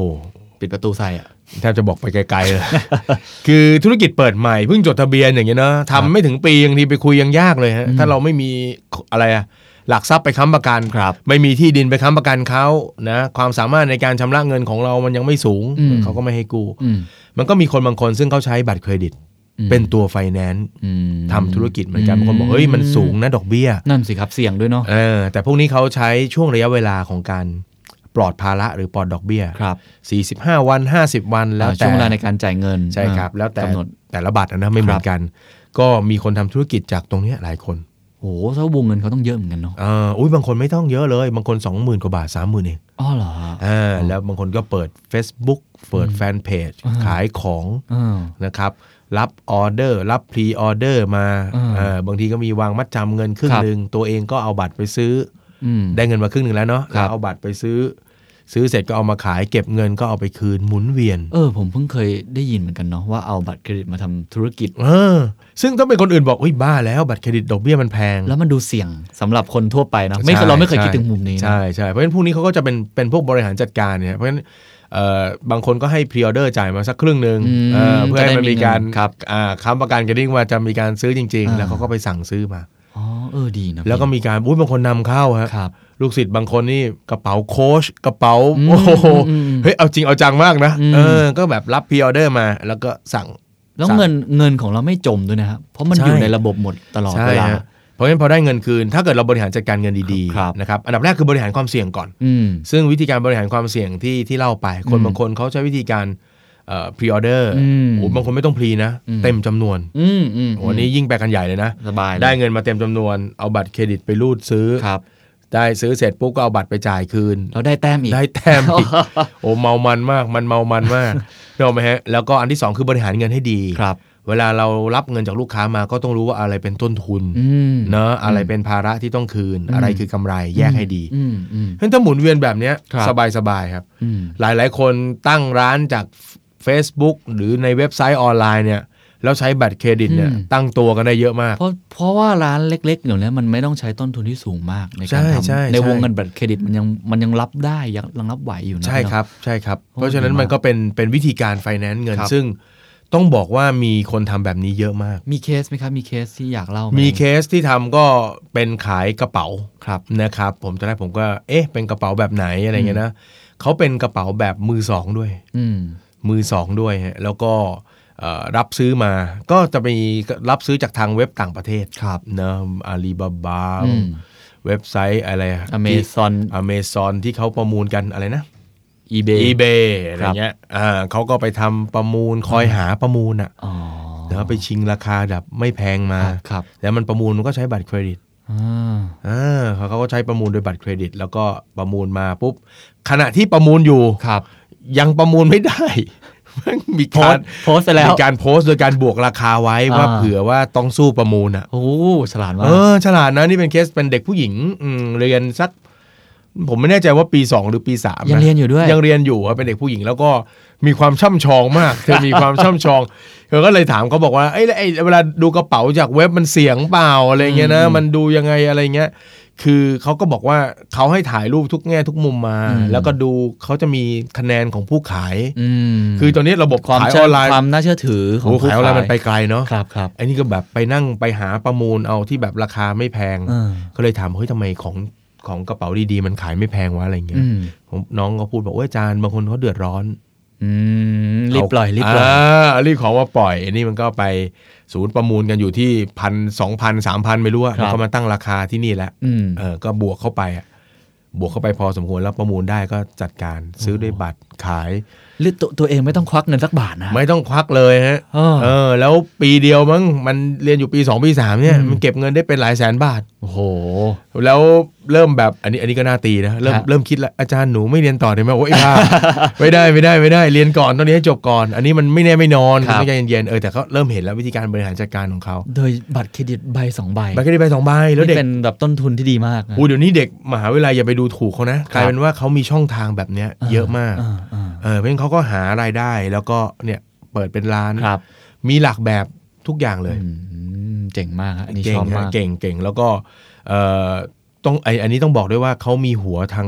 Speaker 3: ปิดประตูใส่อ่ะ
Speaker 4: แทบจะบอกไปไกลๆเลย คือธุรกิจเปิดใหม่เพิ่งจดทะเบียนอย่างเงี้ยเนอะ
Speaker 3: ครับ
Speaker 4: ทำไม่ถึงปีบางทีไปคุยยังยากเลยฮะ ถ้าเราไม่มีอะไรอะหลักทรัพย์ไปค้ำประกัน
Speaker 3: ครับ
Speaker 4: ไม่มีที่ดินไปค้ำประกันเขานะ ความสามารถในการชำระเงินของเรามันยังไม่สูง
Speaker 3: อืม
Speaker 4: เขาก็ไม่ให้กู้
Speaker 3: อืม
Speaker 4: มันก็มีคนบางคนซึ่งเขาใช้บัตรเครดิต
Speaker 3: อืม
Speaker 4: เป็นตัวไฟแนนซ์
Speaker 3: อืม
Speaker 4: ทำธุรกิจเหมือนกันบางคนบอกเฮ้ยมันสูงนะดอกเบี้ย
Speaker 3: นั่นสิครับเสี่ยงด้วยเนาะ
Speaker 4: เออ แต่พวกนี้เขาใช้ช่วงระยะเวลาของการปลอดภาระหรือปลอดดอกเบี้ย
Speaker 3: ครับ
Speaker 4: สี่สิบห้าวันห้าสิบวันแล้ว
Speaker 3: อ่า
Speaker 4: แต่
Speaker 3: ช่วงเวลาในการจ่ายเงิน
Speaker 4: ใช่ครับ
Speaker 3: อ่า
Speaker 4: แล้วแต่
Speaker 3: กำหนด
Speaker 4: แต่ละบัตรนะไม่เหมือนกัน ก็มีคนทำธุรกิจจากตรงเนี้ยหลายคน
Speaker 3: โอ้โหถ้าวงเงินเขาต้องเยอะเหมือนกันเนาะ
Speaker 4: เอออุ้ยบางคนไม่ต้องเยอะเลย บางคน 20,000 กว่าบาท 30,000 เอง
Speaker 3: อ๋อเหรอ
Speaker 4: อ่าแล้วบางคนก็เปิด Facebook เปิดแฟนเพจ
Speaker 3: อ่า
Speaker 4: ขายของ
Speaker 3: อ่า
Speaker 4: นะครับ รับออเดอร์ รับพรีออเดอร์มา
Speaker 3: อ่า
Speaker 4: เออบางทีก็มีวางมัดจำเงินครึ่
Speaker 3: ค
Speaker 4: ง
Speaker 3: รับ
Speaker 4: หนึ่งตัวเองก็เอาบัตรไปซื้อ
Speaker 3: อืม
Speaker 4: ได้เงินมาครึ่งหนึ่งแล้วเนาะ
Speaker 3: ครับ
Speaker 4: แล้วเอาบัตรไปซื้อ ซื้อเสร็จก็เอามาขายเก็บเงินก็เอาไปคืนหมุนเวียน
Speaker 3: เออ ผมเพิ่งเคยได้ยินเหมือนกันเนาะว่าเอาบัตรเครดิตมาทำธุรกิจ
Speaker 4: เออ ซึ่งถ้าเป็นคนอื่นบอกอุ้ยบ้าแล้วบัตรเครดิตดอกเบี้ยมันแพง
Speaker 3: แล้วมันดูเสี่ยงสำหรับคนทั่วไปเนาะไม่เคย
Speaker 4: ใช่
Speaker 3: เราไม่เคยคิด
Speaker 4: ใช่
Speaker 3: ถึงมุมนี้นะ
Speaker 4: ใช่ใช่เพราะฉะนั้นพวกนี้เขาก็จะเป็นเป็นพวกบริหารจัดการเนี่ยเพราะฉะนั้นเอ่อบางคนก็ให้พรีออเดอร์จ่ายมาสักครึ่งหนึ่ง
Speaker 3: อืม
Speaker 4: เออเพื่อให้มันมีกา
Speaker 3: จะ
Speaker 4: ร
Speaker 3: ได้มีเงินครับ
Speaker 4: อ่าค้ำประกันกันดิ้งว่าจะมีการซื้อจริง
Speaker 3: อ่า
Speaker 4: ๆ แล้วเขาก็ไปสั่งซื้อมา
Speaker 3: อ๋อ เออ ดีนะ
Speaker 4: แล้วก็มีการอุ้ยบางคนนำเข้าฮะ
Speaker 3: ครับ
Speaker 4: ลูกศิษย์บางคนนี่กระเป๋าโค้ชกระเป๋า
Speaker 3: อืม
Speaker 4: โอ้โห
Speaker 3: อืม
Speaker 4: เฮ้ยเอาจริงเอาจังมากนะ
Speaker 3: อืม
Speaker 4: เออก็แบบรับพรีออเดอร์มา แล้วก็สั่ง
Speaker 3: แล้ว
Speaker 4: สาม
Speaker 3: เงินเงินของเราไม่จมด้วยนะครับ เพราะมัน
Speaker 4: ใช่
Speaker 3: อยู่ในระบบหมดตลอดเวลา
Speaker 4: ฮะเพราะฉะนั้นพอได้เงินคืน ถ้าเกิดเราบริหารจัดการเงินดี
Speaker 3: ครับ
Speaker 4: ๆนะครับอันดับแรกคือบริหารความเสี่ยงก่อน
Speaker 3: อืม
Speaker 4: ซึ่งวิธีการบริหารความเสี่ยงที่ที่เล่าไป คน
Speaker 3: อืม
Speaker 4: บางคนเขาใช้วิธีการพรีออเดอร์
Speaker 3: อืม
Speaker 4: บางคนไม่ต้องพรีนะ
Speaker 3: อืม
Speaker 4: เต็มจำนวน
Speaker 3: อืมอืม
Speaker 4: โอ้โหอันนี้ยิ่งไปกันใหญ่เลยนะ
Speaker 3: สบายเลย
Speaker 4: ได้เงินมาเต็มจำนวน เอาบัตรเครดิตไปรูดซื้อ
Speaker 3: ครับ
Speaker 4: ได้ซื้อเสร็จปุ๊บก็เอาบัตรไปจ่ายคืน
Speaker 3: เราได้แต้มอีก
Speaker 4: ได้แต้ม อีก โอ้เมามันมาก มันเมามันมากเนกอะไหมฮะ แล้วก็อันที่สองคือบริหารเงินให้ดี
Speaker 3: ครับ
Speaker 4: เวลาเรารับเงินจากลูกค้ามาก็ต้องรู้ว่าอะไรเป็นต้นทุน
Speaker 3: อืม
Speaker 4: เนอะอะไรเป็นภาระที่ต้องคืน
Speaker 3: อืม
Speaker 4: อะไรคือกำไรแยกให้ดี
Speaker 3: อืมอืม
Speaker 4: เพราะฉะนั้นถ้าหมุนเวียนแบบเนี้ย
Speaker 3: ครับ
Speaker 4: สบายสบายๆครับ
Speaker 3: อืม
Speaker 4: หลายหลายๆคนตั้งร้านจาก Facebook หรือในเว็บไซต์ออนไลน์เนี่ยแล้วใช้บัตรเครดิตเนี่ย
Speaker 3: อืม
Speaker 4: ตั้งตัวกันได้เยอะมาก
Speaker 3: เพราะเพราะว่าร้านเล็กๆเดี๋ยวนี้มันไม่ต้องใช้ต้นทุนที่สูงมากในการ
Speaker 4: ใช่ใช่
Speaker 3: ทำใน
Speaker 4: ใช่
Speaker 3: วงเงินบัตรเครดิตมันยังมันยังรับได้ยังยังรับไหวอยู่นะ
Speaker 4: ใช่ครับใช่ครับ
Speaker 3: โอ้
Speaker 4: เพราะฉะนั้น
Speaker 3: ดีมาก
Speaker 4: มันก็เป็นเป็นวิธีการไฟแนนซ์เงิน
Speaker 3: ครับ
Speaker 4: ซึ่งต้องบอกว่ามีคนทำแบบนี้เยอะมาก
Speaker 3: มีเคสไหมครับ มีเคสที่อยากเล่าไห
Speaker 4: มีเคสที่ทำก็เป็นขายกระเป๋า
Speaker 3: ครับ
Speaker 4: นะครับ ผมตอนแรกผมก็เอ๊ะเป็นกระเป๋าแบบไหนอะไรเงี้ยนะเขาเป็นกระเป๋าแบบมือสองด้วย
Speaker 3: อืม
Speaker 4: มือสองด้วยฮะแล้วก็เอ่อรับซื้อมาก็จะมีรับซื้อจากทางเว็บต่างประเทศ
Speaker 3: ครับ
Speaker 4: เนอะอาลีบาบา
Speaker 3: อืม
Speaker 4: เว็บไซต์อะไร
Speaker 3: อเมซอน
Speaker 4: อเมซอนที่เขาประมูลกันอะไรนะ
Speaker 3: อีเบ
Speaker 4: eBay อะไร
Speaker 3: ครับ
Speaker 4: เงี้ยอ่าเขาก็ไปทำประมูลคอยหาประมูลอ่ะ
Speaker 3: อ๋อ
Speaker 4: แล้วไปชิงราคาแบบไม่แพงมา
Speaker 3: ครับ
Speaker 4: แล้วมันประมูลมันก็ใช้บัตรเครดิต
Speaker 3: อ่า
Speaker 4: อ่าเขาเขาก็ใช้ประมูลโดยบัตรเครดิต แล้วก็ประมูลมาปุ๊บขณะที่ประมูลอยู่
Speaker 3: ครับ
Speaker 4: ยังประมูลไม่ได้ มันมี
Speaker 3: โพ
Speaker 4: กา
Speaker 3: ส
Speaker 4: ร
Speaker 3: ต์โพสต์ไปแล้ว
Speaker 4: มีการโพสต์โดยการบวกราคาไว้ว่า
Speaker 3: อ่า
Speaker 4: เผื่อว่าต้องสู้ประมูลอ่ะ
Speaker 3: โอ้ฉลาดมา
Speaker 4: เอก อ ฉลาดนะ นี่เป็นเคสเป็นเด็กผู้หญิงอืมเรียนสัก ผมไม่แน่ใจว่าปี 2 หรือปี3าม
Speaker 3: ยังเรียนอยู่ด้วย
Speaker 4: ยังเรียนอยู่อะเป็นเด็กผู้หญิงแล้วก็มีความช่ำชอง มาก เธอมีความช่ำชองเธอก็เลยถามเขาบอกว่าเอ้ยแล้วไอ้เวลาดูกระเป๋าจากเว็บมันเสียงเปล่าอะไรเงี้ยนะ มันดูยังไงอะไรเงี้ยคือเขาก็บอกว่าเขาให้ถ่ายรูปทุกแง่ทุกมุมมา แล้วก็ดูเขาจะมีคะแนนของผู้ขาย
Speaker 3: อืม
Speaker 4: คือตอนนี้ระบบ
Speaker 3: ความ
Speaker 4: ขาย
Speaker 3: เชื่
Speaker 4: อ
Speaker 3: อ
Speaker 4: อนไลน์
Speaker 3: ความน่าเชื่อถือของ
Speaker 4: โอ้
Speaker 3: ผู้
Speaker 4: ขายออนไลน์มันไปไกลเนาะ
Speaker 3: ครับครับ
Speaker 4: ไอ้นี่ก็แบบไปนั่งไปหาประมูลเอาที่แบบราคาไม่แพง
Speaker 3: เออ
Speaker 4: ก็เลยถามเฮ้ยทำไมของของกระเป๋าดีๆ มันขายไม่แพงวะอะไรเงี้ย
Speaker 3: อืม
Speaker 4: ผมน้องก็พูดบอกว่าอาจารย์บางคนเขาเดือดร้อน
Speaker 3: อืม รีบปล่อยรีบปล่อย
Speaker 4: ารีบของมาปล่อยอันนี้มันก็ไปศูนย์ประมูลกันอยู่ที่พันสองพันสามพันไม่รู้อะ
Speaker 3: ครับ
Speaker 4: แล้วก็มาตั้งราคาที่นี่แล้ว
Speaker 3: อืม
Speaker 4: เออก็บวกเข้าไปอะบวกเข้าไปพอสมควรแล้วประมูลได้ก็จัดการซื้อด้วยบัตรขาย
Speaker 3: หรือตัวตัวเองไม่ต้องควักเงินสักบาทนะ
Speaker 4: ไม่ต้องควักเลยฮะ
Speaker 3: เออ
Speaker 4: เออ แล้วปีเดียวมั้งมันเรียนอยู่ปีสองปีสามเนี่ย
Speaker 3: อืม
Speaker 4: มันเก็บเงินได้เป็นหลายแสนบาท
Speaker 3: โอ้โห
Speaker 4: แล้วเริ่มแบบอันนี้อันนี้ก็น่าตีนะเริ่ม
Speaker 3: ครับ
Speaker 4: เริ่มคิดแล้วอาจารย์หนูไม่เรียนต่อได้ไหมโอ้ยบ้า ไม่ได้ไม่ได้ไม่ได้เรียนก่อนตอนนี้ให้จบก่อน อันนี้มันไม่แน่ไม่นอน
Speaker 3: ครับ
Speaker 4: ต้องใจเย็นๆเออแต่ก็เริ่มเห็นแล้ววิธีการบริหารจัดการของเขา
Speaker 3: โดยบัตรเครดิตใบสองใบ
Speaker 4: ใบก็ได้ใบสองใบแล้วเด็
Speaker 3: นี่
Speaker 4: ก
Speaker 3: เป็นแบบต้นทุนที่ดีมากนะ
Speaker 4: อูเดี๋ยวนี้เด็กมหาวิทยาลัยอย่าไปดูถูกเขานะครับ กลายเป็นว่าเขามีช่องทางแบบเนี้ยเยอะมาก
Speaker 3: อ่อ่า
Speaker 4: เออเพราะฉะนั้นเขาก็หารายได้แล้วก็เนี่ยเปิดเป็นร้าน
Speaker 3: ครับ
Speaker 4: มีหลักแบบทุกอย่างเลย
Speaker 3: อืมเจ๋งมากฮะอันนี่
Speaker 4: เก่
Speaker 3: ช
Speaker 4: ง
Speaker 3: อบ
Speaker 4: ฮะ
Speaker 3: มาก
Speaker 4: เก่งเก่งแล้วก็เอ่อต้องไออันนี้ต้องบอกด้วยว่าเขามีหัวทาง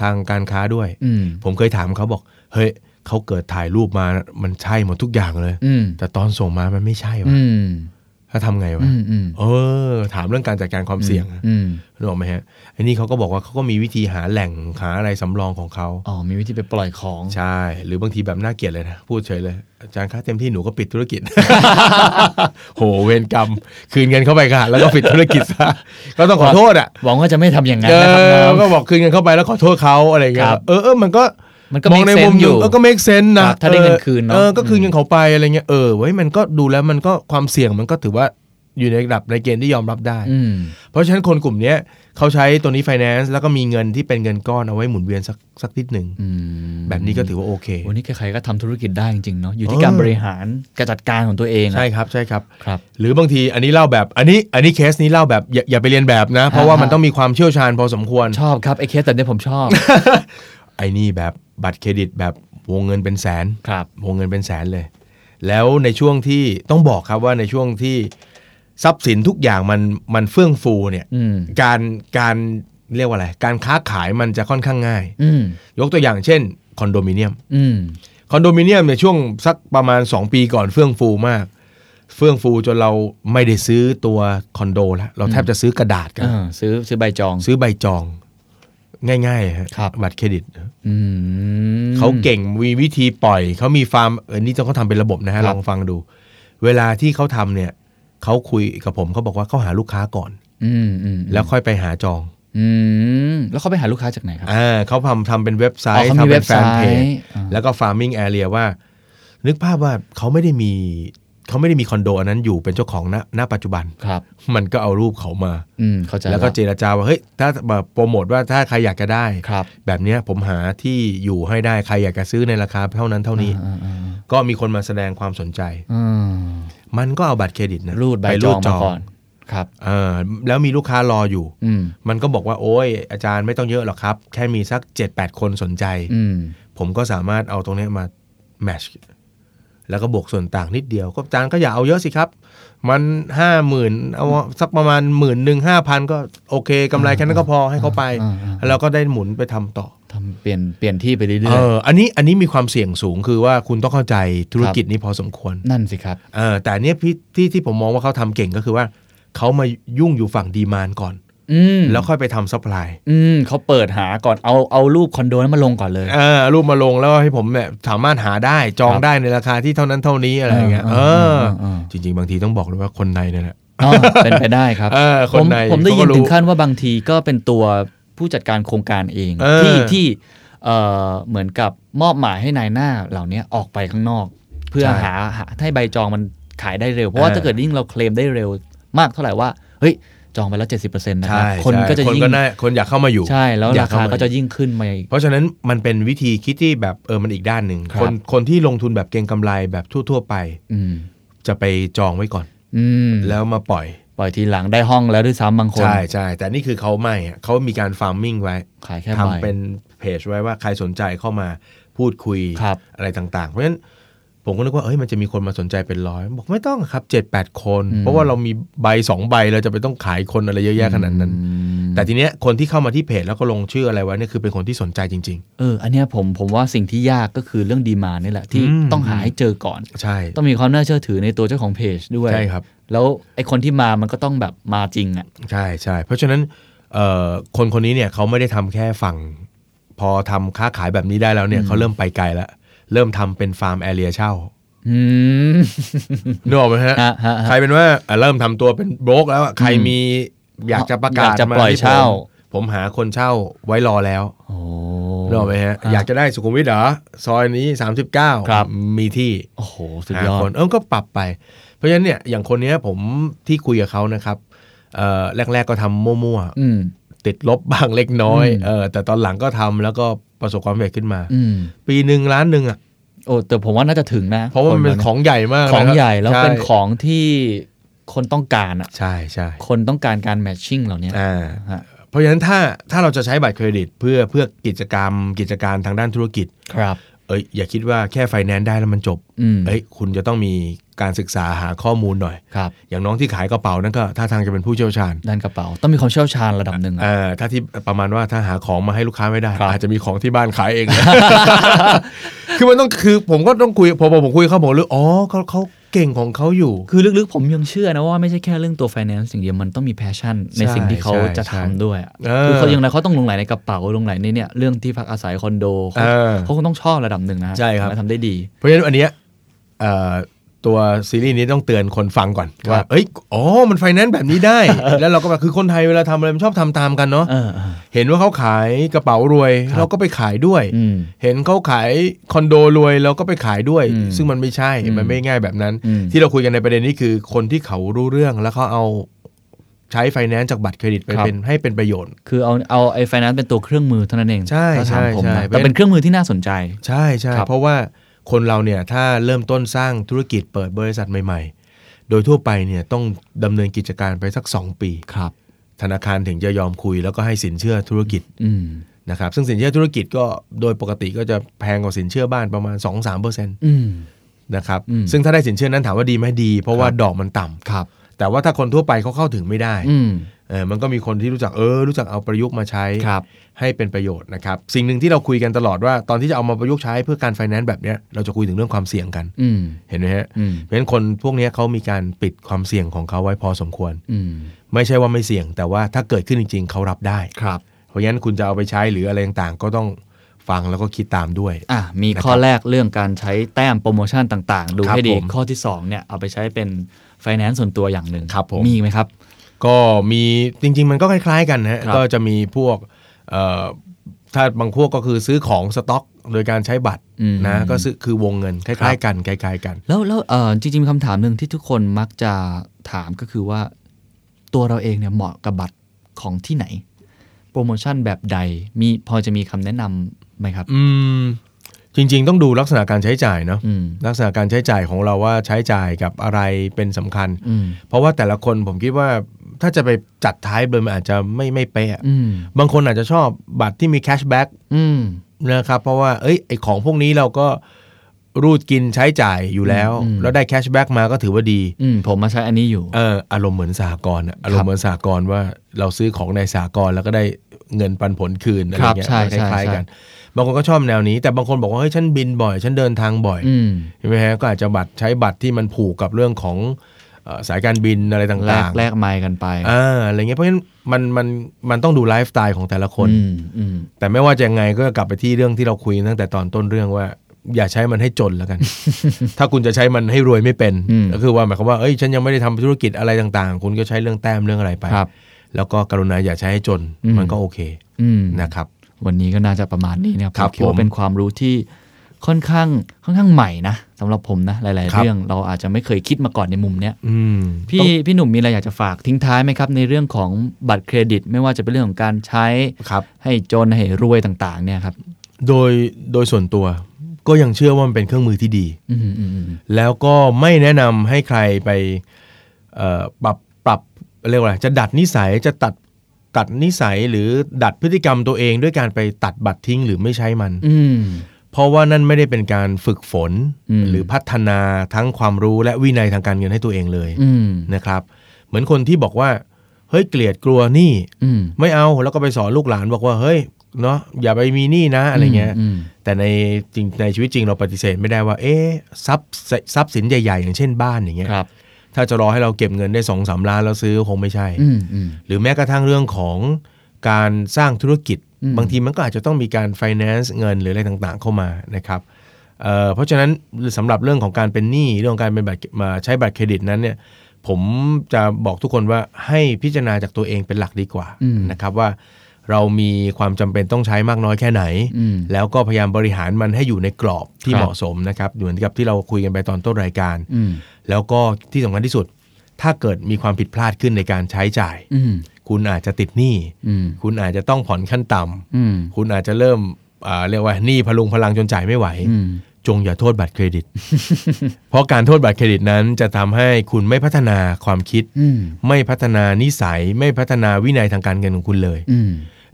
Speaker 4: ทางการค้าด้วย
Speaker 3: อืม
Speaker 4: ผมเคยถามเขาบอก เฮ้ยเขาเกิดถ่ายรูปมามันใช่หมดทุกอย่างเลย
Speaker 3: อืม
Speaker 4: แต่ตอนส่งมามันไม่ใช่วะ
Speaker 3: อืม
Speaker 4: ถ้าทำไงวะ
Speaker 3: อืมอืม
Speaker 4: เออ ถามเรื่องการจัดการความเสี่ยง
Speaker 3: อืม
Speaker 4: นึกออกไหมฮะไอ้นี่เขาก็บอกว่าเขาก็มีวิธีหาแหล่งหาอะไรสำรองของเขา
Speaker 3: อ๋อมีวิธีไปปล่อยของ
Speaker 4: ใช่ หรือบางทีแบบน่าเกลียดเลยนะพูดเฉยเลยอาจารย์คะเต็มที่หนูก็ปิดธุรกิจ โหเวรกรรม คืนเงินเข้าไปค่ะแล้วก็ปิดธุรกิจซะก็ต้องขอโทษอ่ะ
Speaker 3: หวังว่าจะไม่ทำอย่างนั้น
Speaker 4: เอ
Speaker 3: นะครับ
Speaker 4: อ
Speaker 3: น้อง
Speaker 4: ก็บอกคืนเงินเข้าไปแล้วขอโทษเขาอะไรเงี้
Speaker 3: ค
Speaker 4: ย
Speaker 3: รับ
Speaker 4: เออเออมันก็
Speaker 3: มันก็
Speaker 4: มอง
Speaker 3: make
Speaker 4: ใน
Speaker 3: sense
Speaker 4: มุมห
Speaker 3: อยู่
Speaker 4: นึ่งเออก็ make sense
Speaker 3: ค
Speaker 4: นะ
Speaker 3: รับถ้าได้เงินคืนเนอะ
Speaker 4: เออก็คื
Speaker 3: อื
Speaker 4: น
Speaker 3: ม
Speaker 4: เงินเขาไปอะไรเงี้ยเออเว้ยมันก็ดูแล้วมันก็ความเสี่ยงมันก็ถือว่าอยู่ในระดับในเกณฑ์ที่ยอมรับได้
Speaker 3: อืม
Speaker 4: เพราะฉะนั้นคนกลุ่มเนี้ยเขาใช้ตัวนี้ finance แล้วก็มีเงินที่เป็นเงินก้อนเอาไว้หมุนเวียนสักสักนิดหนึ่ง
Speaker 3: อืม
Speaker 4: แบบนี้ก็ถือว่าโอเค
Speaker 3: วันนี้ใครๆก็ทำธุรกิจได้จริงๆเนาะอยู่ที่การ
Speaker 4: เออ
Speaker 3: บริหารการจัดการของตัวเองอะ
Speaker 4: ใช่ครับใช่ครับ
Speaker 3: ครับ
Speaker 4: หรือบางทีอันนี้เล่าแบบอันนี้อันนี้เคสนี้เล่าแบบอย่าอย่าไปเรียนแบบนะ เพราะว่ามันต้องมีความเชี่ยวชาญพอสมควร
Speaker 3: ชอบครับไอ้เคสแต่เนี้ยผมชอบ
Speaker 4: ไอ้นี่แบบบัตรเครดิตแบบวงเงินเป็นแสน
Speaker 3: ครับ
Speaker 4: วงเงินเป็นแสนเลย แล้วในช่วงที่ต้องบอกครับว่าในช่วงที่ทรัพย์สินทุกอย่างมันมันเฟื่องฟูเนี่ย
Speaker 3: อืม
Speaker 4: การการเรียกว่าอะไร การค้าขายมันจะค่อนข้างง่าย
Speaker 3: อืม
Speaker 4: ยกตัวอย่างเช่นคอนโดมิเนียม
Speaker 3: อืม
Speaker 4: คอนโดมิเนียมในยช่วงสักประมาณ 2 ปีก่อนเฟื่องฟูมาก เฟื่องฟูจนเราไม่ได้ซื้อตัวคอนโดแล้วเราแทบจะซื้อกระดาษกัน
Speaker 3: อ่าซื้อซื้อใบจอง
Speaker 4: ซื้อใบจองง่ายๆฮะ
Speaker 3: ครับ
Speaker 4: บัตรเครดิต
Speaker 3: อืม
Speaker 4: เขาเก่งมีวิธีปล่อย เขามีฟาร์มเออนี่ต้องเขาทำเป็นระบบนะ
Speaker 3: ครั
Speaker 4: ฮะ
Speaker 3: บ
Speaker 4: ลองฟังดู เวลาที่เขาทำเนี่ยเขาคุยกับผมเขาบอกว่าเขาหาลูกค้าก่อน
Speaker 3: อืมอืม
Speaker 4: แล้วค่อยไปหาจอง
Speaker 3: อืมแล้วเขาไปหาลูกค้าจากไหนครับ
Speaker 4: อ่าเขาทำทำเป็นเว็บไซ
Speaker 3: อ๋อ
Speaker 4: ต์
Speaker 3: เขามี
Speaker 4: ทำ
Speaker 3: เว็
Speaker 4: เป็น
Speaker 3: บ
Speaker 4: แฟ
Speaker 3: ไซต์
Speaker 4: นเพจ
Speaker 3: อ่า
Speaker 4: แล้วก็ farming area ว่า นึกภาพว่าเขาไม่ได้มีเขาไม่ได้มีคอนโดอันนั้นอยู่เป็นเจ้าของณณปัจจุบัน
Speaker 3: ครับ
Speaker 4: มันก็เอารูปเขามา
Speaker 3: อืมเข้าใจ
Speaker 4: แล้วก็เจรจาว่าเฮ้ยถ้าแบบโปรโมทว่าถ้าใครอยากจะได้
Speaker 3: ครับ
Speaker 4: แบบเนี้ยผมหาที่อยู่ให้ได้ใครอยากจะซื้อในราคาเท่านั้นเท่านี้
Speaker 3: อ่าอ่า
Speaker 4: ก็มีคนมาแสดงความสนใจ
Speaker 3: อ่า
Speaker 4: มันก็เอาบัตรเครดิตนะ
Speaker 3: รูดใบ
Speaker 4: ไป
Speaker 3: จองมาก่อน ครับ
Speaker 4: เออแล้วมีลูกค้ารออยู่
Speaker 3: อืม
Speaker 4: มันก็บอกว่าโอ้ยอาจารย์ไม่ต้องเยอะหรอกครับ แค่มีสัก 7-8 คนสนใจ
Speaker 3: อืม
Speaker 4: ผมก็สามารถเอาตรงเนี้ยมาแมชแล้วก็บวกส่วนต่างนิดเดียว ก็อาจารย์ก็อย่าเอาเยอะสิครับ มันห้าหมื่นเอาสักประมาณหมื่นหนึ่งห้าพันก็โอเคกำไรแค่นั้นก็พอให้เขาไป
Speaker 3: อ่าอ่าอ่า
Speaker 4: แล้วก็ได้หมุนไปทำต่อ
Speaker 3: ทำเปลี่ยนเปลี่ยนที่ไปเรื่
Speaker 4: เอ
Speaker 3: อย
Speaker 4: ออันนี้อันนี้มีความเสี่ยงสูงคือว่าคุณต้องเข้าใจธุร
Speaker 3: ครับ
Speaker 4: กิจนี้พอสมควร
Speaker 3: ๆ นั่นสิครับ
Speaker 4: เออแต่อันเนี้ยพี่ที่ที่ผมมองว่าเขาทำเก่งก็คือว่า เขามายุ่งอยู่ฝั่งดีมานก่อน
Speaker 3: อืม
Speaker 4: แล้วค่อยไปทำซัพพลาย
Speaker 3: อืมเขาเปิดหาก่อนเอาเอารูปคอนโดนั้นมาลงก่อนเลย
Speaker 4: เออรูปมาลงแล้วให้ผมเนี่ยสามารถหาได้จอง
Speaker 3: ครับ
Speaker 4: ได้ในราคาที่เท่านั้นเท่านี้อะไรอย่างเงี้ย
Speaker 3: อ่า
Speaker 4: เอ
Speaker 3: อ่า
Speaker 4: อ
Speaker 3: อ่า
Speaker 4: จริง ๆ บางทีต้องบอกเลยว่าคนในเนี่ยแหละ
Speaker 3: อ๋อเป็นไปได้ครับ
Speaker 4: เออค
Speaker 3: ผ
Speaker 4: น
Speaker 3: ม
Speaker 4: ใน
Speaker 3: ผมได้ยิน
Speaker 4: เขาก็รู้
Speaker 3: ถึงขั้นว่าบางทีก็เป็นตัวผู้จัดการโครงการเอง
Speaker 4: เออ
Speaker 3: ที่ที่เอ่อเหมือนกับมอบหมายให้นายหน้าเหล่านี้ออกไปข้างนอก เพื่อหาหาให้ใบจองมันขายได้เร็ว เพราะว่าถ้าเกิดยิ่งเราเคลมได้เร็วมากเท่าไหร่ว่าเฮ้ยจองไปแล้ว 70%นะครับคนก็จะ
Speaker 4: คน
Speaker 3: ยิ่ง
Speaker 4: ก็น่าคนอยากเข้ามาอยู่
Speaker 3: ใช่แล้ว
Speaker 4: อย
Speaker 3: ราคา
Speaker 4: เข้ม
Speaker 3: ก็จะยิ่งขึ้นมาอีก
Speaker 4: เพราะฉะนั้นมันเป็นวิธีคิดที่แบบเออมันอีกด้านหนึ่ง
Speaker 3: ครับ
Speaker 4: คนคนที่ลงทุนแบบเก็งกำไรแบบทั่ว ๆ ไป
Speaker 3: อืม
Speaker 4: จะไปจองไว้ก่อน
Speaker 3: อืม
Speaker 4: แล้วมาปล่อย
Speaker 3: ปล่อยทีหลังได้ห้องแล้วด้วยซ้ำบางคน
Speaker 4: ใช่ใช่แต่นี่คือเขาไม่อะเขามีการฟาร์มมิ่งไว้
Speaker 3: ขายแค่ใบ
Speaker 4: ทำเป็นเพจไว้ว่าใครสนใจเข้ามาพูดคุย
Speaker 3: ครับ
Speaker 4: อะไรต่างๆ เพราะฉะนั้นผมก็นึกว่าเอ้ยมันจะมีคนมาสนใจเป็นร้อย บอกไม่ต้องครับ 7 8 คน เพราะว่าเรามีใบ 2 ใบเราจะไปต้องขายคนอะไรเยอะแยะขนาดนั้น แต่ทีเนี้ยคนที่เข้ามาที่เพจแล้วก็ลงชื่ออะไรไว้เนี่ยคือเป็นคนที่สนใจจริง
Speaker 3: เออ อันเนี้ยผมผมว่าสิ่งที่ยากก็คือเรื่องดีมานี่แหละ ที่
Speaker 4: อืม
Speaker 3: ต้องหาให้เจอก่อน
Speaker 4: ๆ ใช่
Speaker 3: ต้องมีความน่าเชื่อถือในตัวเจ้าของเพจด้วย
Speaker 4: ใช่ครับ
Speaker 3: แล้วไอคนที่มามันก็ต้องแบบมาจริงอ่ะ
Speaker 4: ใช่ใช่เพราะฉะนั้นเอ่อคนคนนี้เนี่ยเขาไม่ได้ทำแค่ฝั่ง พอทำค้าขายแบบนี้ได้แล้วเนี่ยเขาเริ่มไปไกลแล้ว เริ่มทำเป็นฟาร์มแอเรียเช่า
Speaker 3: อืม
Speaker 4: นึกออกไหมฮะ
Speaker 3: ฮะฮะฮะ
Speaker 4: ใครเป็นว่าอ่ะเริ่มทำตัวเป็นโบรกแล้วอ่ะใครมี อยากจะประ
Speaker 3: อ
Speaker 4: กาศ
Speaker 3: ยากจะ
Speaker 4: ม
Speaker 3: ปล่อย
Speaker 4: ที่ผม
Speaker 3: เช่า
Speaker 4: ผมหาคนเช่าไว้รอแล้ว
Speaker 3: โอ้
Speaker 4: นึกออกไหมฮะ
Speaker 3: อ่ะ
Speaker 4: อยากจะได้สุขุมวิทเหรอ ซอยนี้ 39
Speaker 3: ครับ
Speaker 4: มีที่
Speaker 3: โอ้โห สุด
Speaker 4: หาย
Speaker 3: อด
Speaker 4: คนเออก็ปรับไป เพราะฉะนั้นเนี่ยอย่างคนเนี้ยผมที่คุยกับเขานะครับเอ่อแรก ๆก็ทำมั่ว
Speaker 3: อืม
Speaker 4: ๆ ติดลบบ้างเล็กน้อย
Speaker 3: อืม
Speaker 4: เออแต่ตอนหลังก็ทำแล้วก็ประสบความสำเร็จขึ้นมา
Speaker 3: อืม
Speaker 4: ปีหนึ่งล้านหนึ่งอ่ะ
Speaker 3: โอ้ แต่ผมว่าน่าจะถึงนะ
Speaker 4: เพราะว่ามันเป็น
Speaker 3: ค
Speaker 4: ของใหญ่มาก
Speaker 3: ของ
Speaker 4: นะครับ
Speaker 3: ใหญ่แล้วเป็น
Speaker 4: ช่
Speaker 3: ของที่คนต้องการอ่ะ
Speaker 4: ใช่ใช่
Speaker 3: คนต้องการการแมทชิ่งเหล่านี้
Speaker 4: อ่า
Speaker 3: ฮะ
Speaker 4: เพราะฉะนั้นถ้าถ้าเราจะใช้บัตรเครดิตเพื่อเพื่อกิจกรรม กิจการทางด้านธุรกิจ
Speaker 3: ครับ
Speaker 4: เอ้ยอย่าคิดว่าแค่ไฟแนนซ์ได้แล้วมันจบ
Speaker 3: อืม
Speaker 4: เอ้ยคุณจะต้องมีการศึกษาหาข้อมูลหน่อย
Speaker 3: ครับ
Speaker 4: อย่างน้องที่ขายกระเป๋านั่นก็ท่าทางจะเป็นผู้เชี่ยวชาญ
Speaker 3: ด้านกระเป๋า ต้องมีความเชี่ยวชาญระดับหนึ่งอะ
Speaker 4: เอ่อถ้าที่ประมาณว่าถ้าหาของมาให้ลูกค้าไม่ได้
Speaker 3: ครับ
Speaker 4: อาจจะมีของที่บ้านขายเอง คือมันต้องคือผมก็ต้องคุยพอพอผมคุยกับเขาผมเลยอ๋อเขาเขาเก่งของเขาอยู่
Speaker 3: คือลึกๆ ผมยังเชื่อนะว่าไม่ใช่แค่เรื่องตัว finance สิ่างเดียวมันต้องมี passion ใน
Speaker 4: ใช่
Speaker 3: สิ่งที่เขา
Speaker 4: ใช่
Speaker 3: จะ
Speaker 4: ใช่
Speaker 3: ทำด้วยอะ
Speaker 4: เออ
Speaker 3: คือเขาอย่างไรเขาต้องลงไหลในกระเป๋าลงไหลในเนี่ยเรื่องที่พักอาศัยคอนโดเขา
Speaker 4: เออ
Speaker 3: เขาคงต้องชอบระดับหนึ่งนะ
Speaker 4: ใช่ครับ
Speaker 3: และทำได้ดี
Speaker 4: เพราะฉะนั้นอันเนี้ยเอ่อตัวซีรีส์นี้ต้องเตือนคนฟังก่อน
Speaker 3: ครับ
Speaker 4: ว่าเอ้ยอ๋อมันไฟแนนซ์แบบนี้ได้ แล้วเราก็แบบคือคนไทยเวลาทำอะไรมันชอบทำตามกันเนาะ
Speaker 3: เออเออ
Speaker 4: เห็นว่าเขาขายกระเป๋ารวย
Speaker 3: ครับ
Speaker 4: เราก็ไปขายด้วย
Speaker 3: อืม
Speaker 4: เห็นเขาขายคอนโดรวยเราก็ไปขายด้วย
Speaker 3: อืม
Speaker 4: ซึ่งมันไม่ใช่
Speaker 3: อืม
Speaker 4: มันไม่ง่ายแบบนั้น
Speaker 3: อืม
Speaker 4: ที่เราคุยกันในประเด็นนี้คือคนที่เขารู้เรื่องแล้วเขาเอาใช้ไฟแนนซ์จากบัตรเครดิตไปเป็นให้เป็นประโยชน์
Speaker 3: คือเอาเอาไอ้ finance เป็นตัวเครื่องมือเท่านั้นเอง
Speaker 4: ใช่
Speaker 3: ถ้าถาม
Speaker 4: ใช่
Speaker 3: ผม
Speaker 4: ใช่
Speaker 3: นะ
Speaker 4: เป็น
Speaker 3: แต่เป็นเครื่องมือที่น่าสนใจ
Speaker 4: ใช่ใช่
Speaker 3: ครับ
Speaker 4: เพราะว่าคนเราเนี่ยถ้าเริ่มต้นสร้างธุรกิจเปิดบริษัทใหม่ๆ โดยทั่วไปเนี่ยต้องดำเนินกิจการไปสัก 2 ปี
Speaker 3: ครับ
Speaker 4: ธนาคารถึงจะยอมคุยแล้วก็ให้สินเชื่อธุรกิจ
Speaker 3: อืม
Speaker 4: นะครับซึ่งสินเชื่อธุรกิจก็โดยปกติก็จะแพงกว่าสินเชื่อบ้านประมาณ 2-3%น
Speaker 3: อืม
Speaker 4: ะครับ
Speaker 3: อืม
Speaker 4: ซึ่งถ้าได้สินเชื่อนั้นถามว่าดีไหมดี เพราะว่า
Speaker 3: ครับ
Speaker 4: ดอกมันต่ำ
Speaker 3: ครับ
Speaker 4: แต่ว่าถ้าคนทั่วไปเขาเข้าถึงไม่ได้
Speaker 3: อืม
Speaker 4: เออมันก็มีคนที่รู้จักเออรู้จักเอาประยุกต์มาใช้
Speaker 3: ครับ
Speaker 4: ให้เป็นประโยชน์นะครับ สิ่งหนึ่งที่เราคุยกันตลอดว่าตอนที่จะเอามาประยุกต์ใช้เพื่อการไฟแนนซ์แบบเนี้ยเราจะคุยถึงเรื่องความเสี่ยงกัน
Speaker 3: อืม
Speaker 4: เห็นไหมฮะ
Speaker 3: อืม
Speaker 4: เพราะฉะนั้นคนพวกเนี้ยเขามีการปิดความเสี่ยงของเขาไว้พอสมควร
Speaker 3: อืม
Speaker 4: ไม่ใช่ว่าไม่เสี่ยง แต่ว่าถ้าเกิดขึ้นจริง ๆ เขารับได้
Speaker 3: ครับ
Speaker 4: เพราะฉะนั้นคุณจะเอาไปใช้หรืออะไรต่างๆ ก็ต้องฟังแล้วก็คิดตามด้วย
Speaker 3: อ่ะ มีข้อแรกเรื่องการใช้แต้มโปรโมชั่นต่าง ๆ ดู
Speaker 4: ครับ
Speaker 3: ให้ดี
Speaker 4: ผม
Speaker 3: ข้อที่ 2 เนี่ย เอาไปใช้เป็น finance ส่วนตัวอย่างหนึ่ง
Speaker 4: ครับผม
Speaker 3: มีอีกไหมครับ
Speaker 4: ก็มีจริง ๆ มันก็คล้าย ๆ กันนะฮะ
Speaker 3: ครับ
Speaker 4: ก็จะมีพวกเอ่อถ้าบางพวกก็คือซื้อของสต็อก โดยการใช้บัตร
Speaker 3: อืม
Speaker 4: นะก็ซื้อคือวงเงินคล้ายๆ กันคล้ายๆกัน
Speaker 3: แล้วแล้วเออจริง ๆคำถามหนึ่งที่ทุกคนมักจะถามก็คือว่า ตัวเราเองเนี่ยเหมาะกับบัตรของที่ไหน โปรโมชั่นแบบใดมีพอจะมีคำแนะนำไหมครับ
Speaker 4: อืมจริง ๆ ต้องดูลักษณะการใช้จ่ายเนาะ
Speaker 3: อืม
Speaker 4: ลักษณะการใช้จ่ายของเราว่าใช้จ่ายกับอะไรเป็นสำคัญ
Speaker 3: อืม
Speaker 4: เพราะว่าแต่ละคนผมคิดว่าถ้าจะไปจัดท้ายเลยมันอาจจะไม่ไม่เป๊ะ
Speaker 3: อืม
Speaker 4: บางคนอาจจะชอบบัตรที่มีแคชแบ็ก
Speaker 3: อืม
Speaker 4: นะครับเพราะว่าเอ้ยไอของพวกนี้เราก็รูดกินใช้จ่ายอยู่แล้ว
Speaker 3: อืม
Speaker 4: แล้วได้แคชแบ็กมาก็ถือว่าดี
Speaker 3: อืม ผมมาใช้อันนี้อยู่
Speaker 4: เอออารมณ์เหมือนสหกรณ์อะอารมณ์เหมือนสหกรณ์ว่าเราซื้อของในสหกรณ์แล้วก็ได้เงินปันผลคืนอะไร
Speaker 3: ครับ
Speaker 4: เงี้ย
Speaker 3: ใช่ใช่
Speaker 4: คล้าย
Speaker 3: ใช่
Speaker 4: ๆกัน บางคนก็ชอบแนวนี้ แต่บางคนบอกว่าเฮ้ยฉันบินบ่อย ฉันเดินทางบ่อย
Speaker 3: อืม
Speaker 4: ใช่ไหมฮะก็อาจจะบัตรใช้บัตรที่มันผูกกับเรื่องของเอ่อสายการบินอะไร
Speaker 3: แล
Speaker 4: ต่าก งๆ
Speaker 3: แลกไมล์กันไป
Speaker 4: อ่าอะไรเงี้ยเพราะฉะนั้นมันมันมันต้องดูไลฟ์สไตล์ของแต่ละคน
Speaker 3: อืมอืม
Speaker 4: แต่ไม่ว่าจะยังไงก็กลับไปที่เรื่องที่เราคุยตั้งแต่ตอนต้นเรื่องว่า อย่าใช้มันให้จน แล้วกัน ถ้าคุณจะใช้มันให้รวยไม่เป็น
Speaker 3: อืม
Speaker 4: ก็คือว่าหมายความว่าเอ้ยฉันยังไม่ได้ทำธุรกิจอะไรต่างๆ คุณก็ใช้เรื่องแต้มเรื่องอะไรไป
Speaker 3: ครับ
Speaker 4: แล้วก็กรุณาอย่าใช้ให้จน
Speaker 3: อืม
Speaker 4: มันก็โอเค
Speaker 3: อืม
Speaker 4: นะครับ
Speaker 3: วันนี้ก็น่าจะประมาณนี้นะครับ
Speaker 4: ครับ
Speaker 3: ผมคิดว่า
Speaker 4: ผม
Speaker 3: เป็นความรู้ที่ค่อนข้างค่อนข้างใหม่นะสำหรับผมนะหลาย
Speaker 4: ค
Speaker 3: ๆ
Speaker 4: รับ
Speaker 3: เรื่องเราอาจจะไม่เคยคิดมาก่อนในมุมเนี้ย
Speaker 4: อืม
Speaker 3: พี่พี่หนุ่มมีอะไรอยากจะฝากทิ้งท้ายไหมครับ ในเรื่องของบัตรเครดิต ไม่ว่าจะเป็นเรื่องของการใช้
Speaker 4: ครับ
Speaker 3: ให้จนให้รวยต่างๆ เนี่ยครับ
Speaker 4: โดยโดยส่วนตัวก็ยังเชื่อว่ามันเป็นเครื่องมือที่ดี
Speaker 3: อืมอืมอืม
Speaker 4: แล้วก็ไม่แนะนำให้ใครไปเอ่อปรับปรับเรียกว่าอะไรจะดัดนิสัยจะตัดตัดนิสัยหรือดัดพฤติกรรมตัวเองด้วยการไปตัดบัตรทิ้งหรือไม่ใช้มัน
Speaker 3: อืม
Speaker 4: เพราะว่านั่นไม่ได้เป็นการฝึกฝน
Speaker 3: อืม
Speaker 4: หรือพัฒนาทั้งความรู้และวินัยทางการเงินให้ตัวเองเลย
Speaker 3: อืม
Speaker 4: นะครับ เหมือนคนที่บอกว่าเฮ้ยเกลียดกลัวหนี้
Speaker 3: อืม
Speaker 4: ไม่เอาแล้วก็ไปสอนลูกหลานบอกว่าเฮ้ยเนาะอย่าไปมีหนี้นะอะไรเงี้ย
Speaker 3: อืม
Speaker 4: แต่ในจริงในชีวิตจริงเราปฏิเสธไม่ได้ว่า เอ๊ะทรัพย์สทรัพย์สินใหญ่ๆ อย่างเช่นบ้านอย่าง
Speaker 3: อื
Speaker 4: เงี้
Speaker 3: ม
Speaker 4: ย
Speaker 3: ครับ
Speaker 4: ถ้าจะรอให้เราเก็บเงินได้2อสามล้านแล้วซื้อคงไม่ใช่
Speaker 3: อืมอืม
Speaker 4: หรือแม้กระทั่งเรื่องของการสร้างธุรกิจ
Speaker 3: อืม
Speaker 4: บางทีมันก็อาจจะต้องมีการ finance เงินหรืออะไรต่างๆเข้ามานะครับ เอ่อเพราะฉะนั้นสำหรับเรื่องของการเป็นหนี้เรื่องของการเป็นบัตรมาใช้บัตรเครดิตนั้นเนี่ยผมจะบอกทุกคนว่าให้พิจารณาจากตัวเองเป็นหลักดีกว่า
Speaker 3: อืม
Speaker 4: นะครับว่า เรามีความจำเป็นต้องใช้มากน้อยแค่ไหน
Speaker 3: อืม
Speaker 4: แล้วก็พยายามบริหารมันให้อยู่ในกรอบ
Speaker 3: ค
Speaker 4: ที่
Speaker 3: รับ
Speaker 4: เหมาะสมนะครับเหมือนกับที่เราคุยกันไปตอนต้นรายการ
Speaker 3: อืม
Speaker 4: แล้วก็ที่สำคัญที่สุด ถ้าเกิดมีความผิดพลาดขึ้นในการใช้จ่าย
Speaker 3: อืม
Speaker 4: คุณอาจจะติดหนี้
Speaker 3: อืม
Speaker 4: คุณอาจจะต้องผ่อนขั้นต่ำ
Speaker 3: อืม
Speaker 4: คุณอาจจะเริ่มอ่าเรียกว่าหนี้พลุงพลังจนจ่ายไม่ไหว
Speaker 3: อืม
Speaker 4: จงอย่าโทษบัตรเครดิต เพราะการโทษบัตรเครดิตนั้นจะทำให้คุณไม่พัฒนาความคิด
Speaker 3: อืม
Speaker 4: ไม่พัฒนานิสัย ไม่พัฒนาวินัยทางการเงินของคุณเลย
Speaker 3: อืม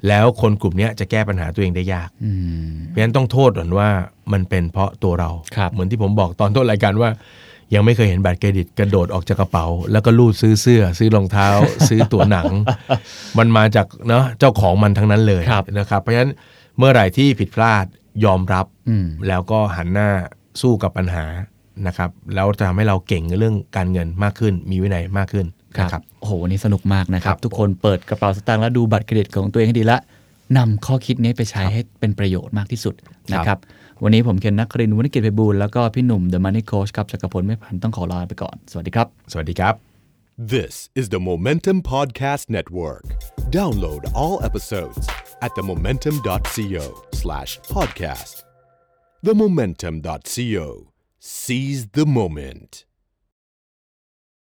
Speaker 4: แล้วคนกลุ่มเนี้ยจะแก้ปัญหาตัวเองได้ยาก
Speaker 3: อืม
Speaker 4: เพราะฉะนั้นต้องโทษก่อนว่ามันเป็นเพราะตัวเรา
Speaker 3: ครับ
Speaker 4: เหมือนที่ผมบอกตอนต้นรายการว่า ยังไม่เคยเห็นบัตรเครดิตกระโดดออกจากกระเป๋า แล้วก็ลูดซื้อเสื้อ ซื้อรองเท้า ซื้อตั๋วหนัง มันมาจากเนาะเจ้าของมันทั้งนั้นเลย
Speaker 3: ครับ
Speaker 4: นะครับ เพราะฉะนั้นเมื่อไหร่ที่ผิดพลาดยอมรับ
Speaker 3: อืม
Speaker 4: แล้วก็หันหน้าสู้กับปัญหานะครับ แล้วจะทำให้เราเก่งในเรื่องการเงินมากขึ้น มีวินัยมากขึ้น
Speaker 3: ครับ
Speaker 4: นะ
Speaker 3: โอ้โห วันนี้สนุกมากนะครับ
Speaker 4: ครับ
Speaker 3: ทุกคนเปิดกระเป๋าสตางค์แล้วดูบัตรเครดิตของตัวเองให้ดีละนำข้อคิดนี้ไปใช้ให้เป็นประโยชน์มากที่สุดนะค
Speaker 4: ครั
Speaker 3: รับ
Speaker 4: บ
Speaker 3: วันนี้ผมเคนนักครินทร์วุฒิกิจไปบูลย์แล้วก็พี่หนุ่ม The Money Coach ครับจักรพลไม่พันธุ์ต้องขอลาไปก่อน สวัสดีครับ
Speaker 4: สวัสดีครับ
Speaker 1: This is the Momentum Podcast Network. Download all episodes at themomentum.co slash podcast. Themomentum.co. Seize the moment.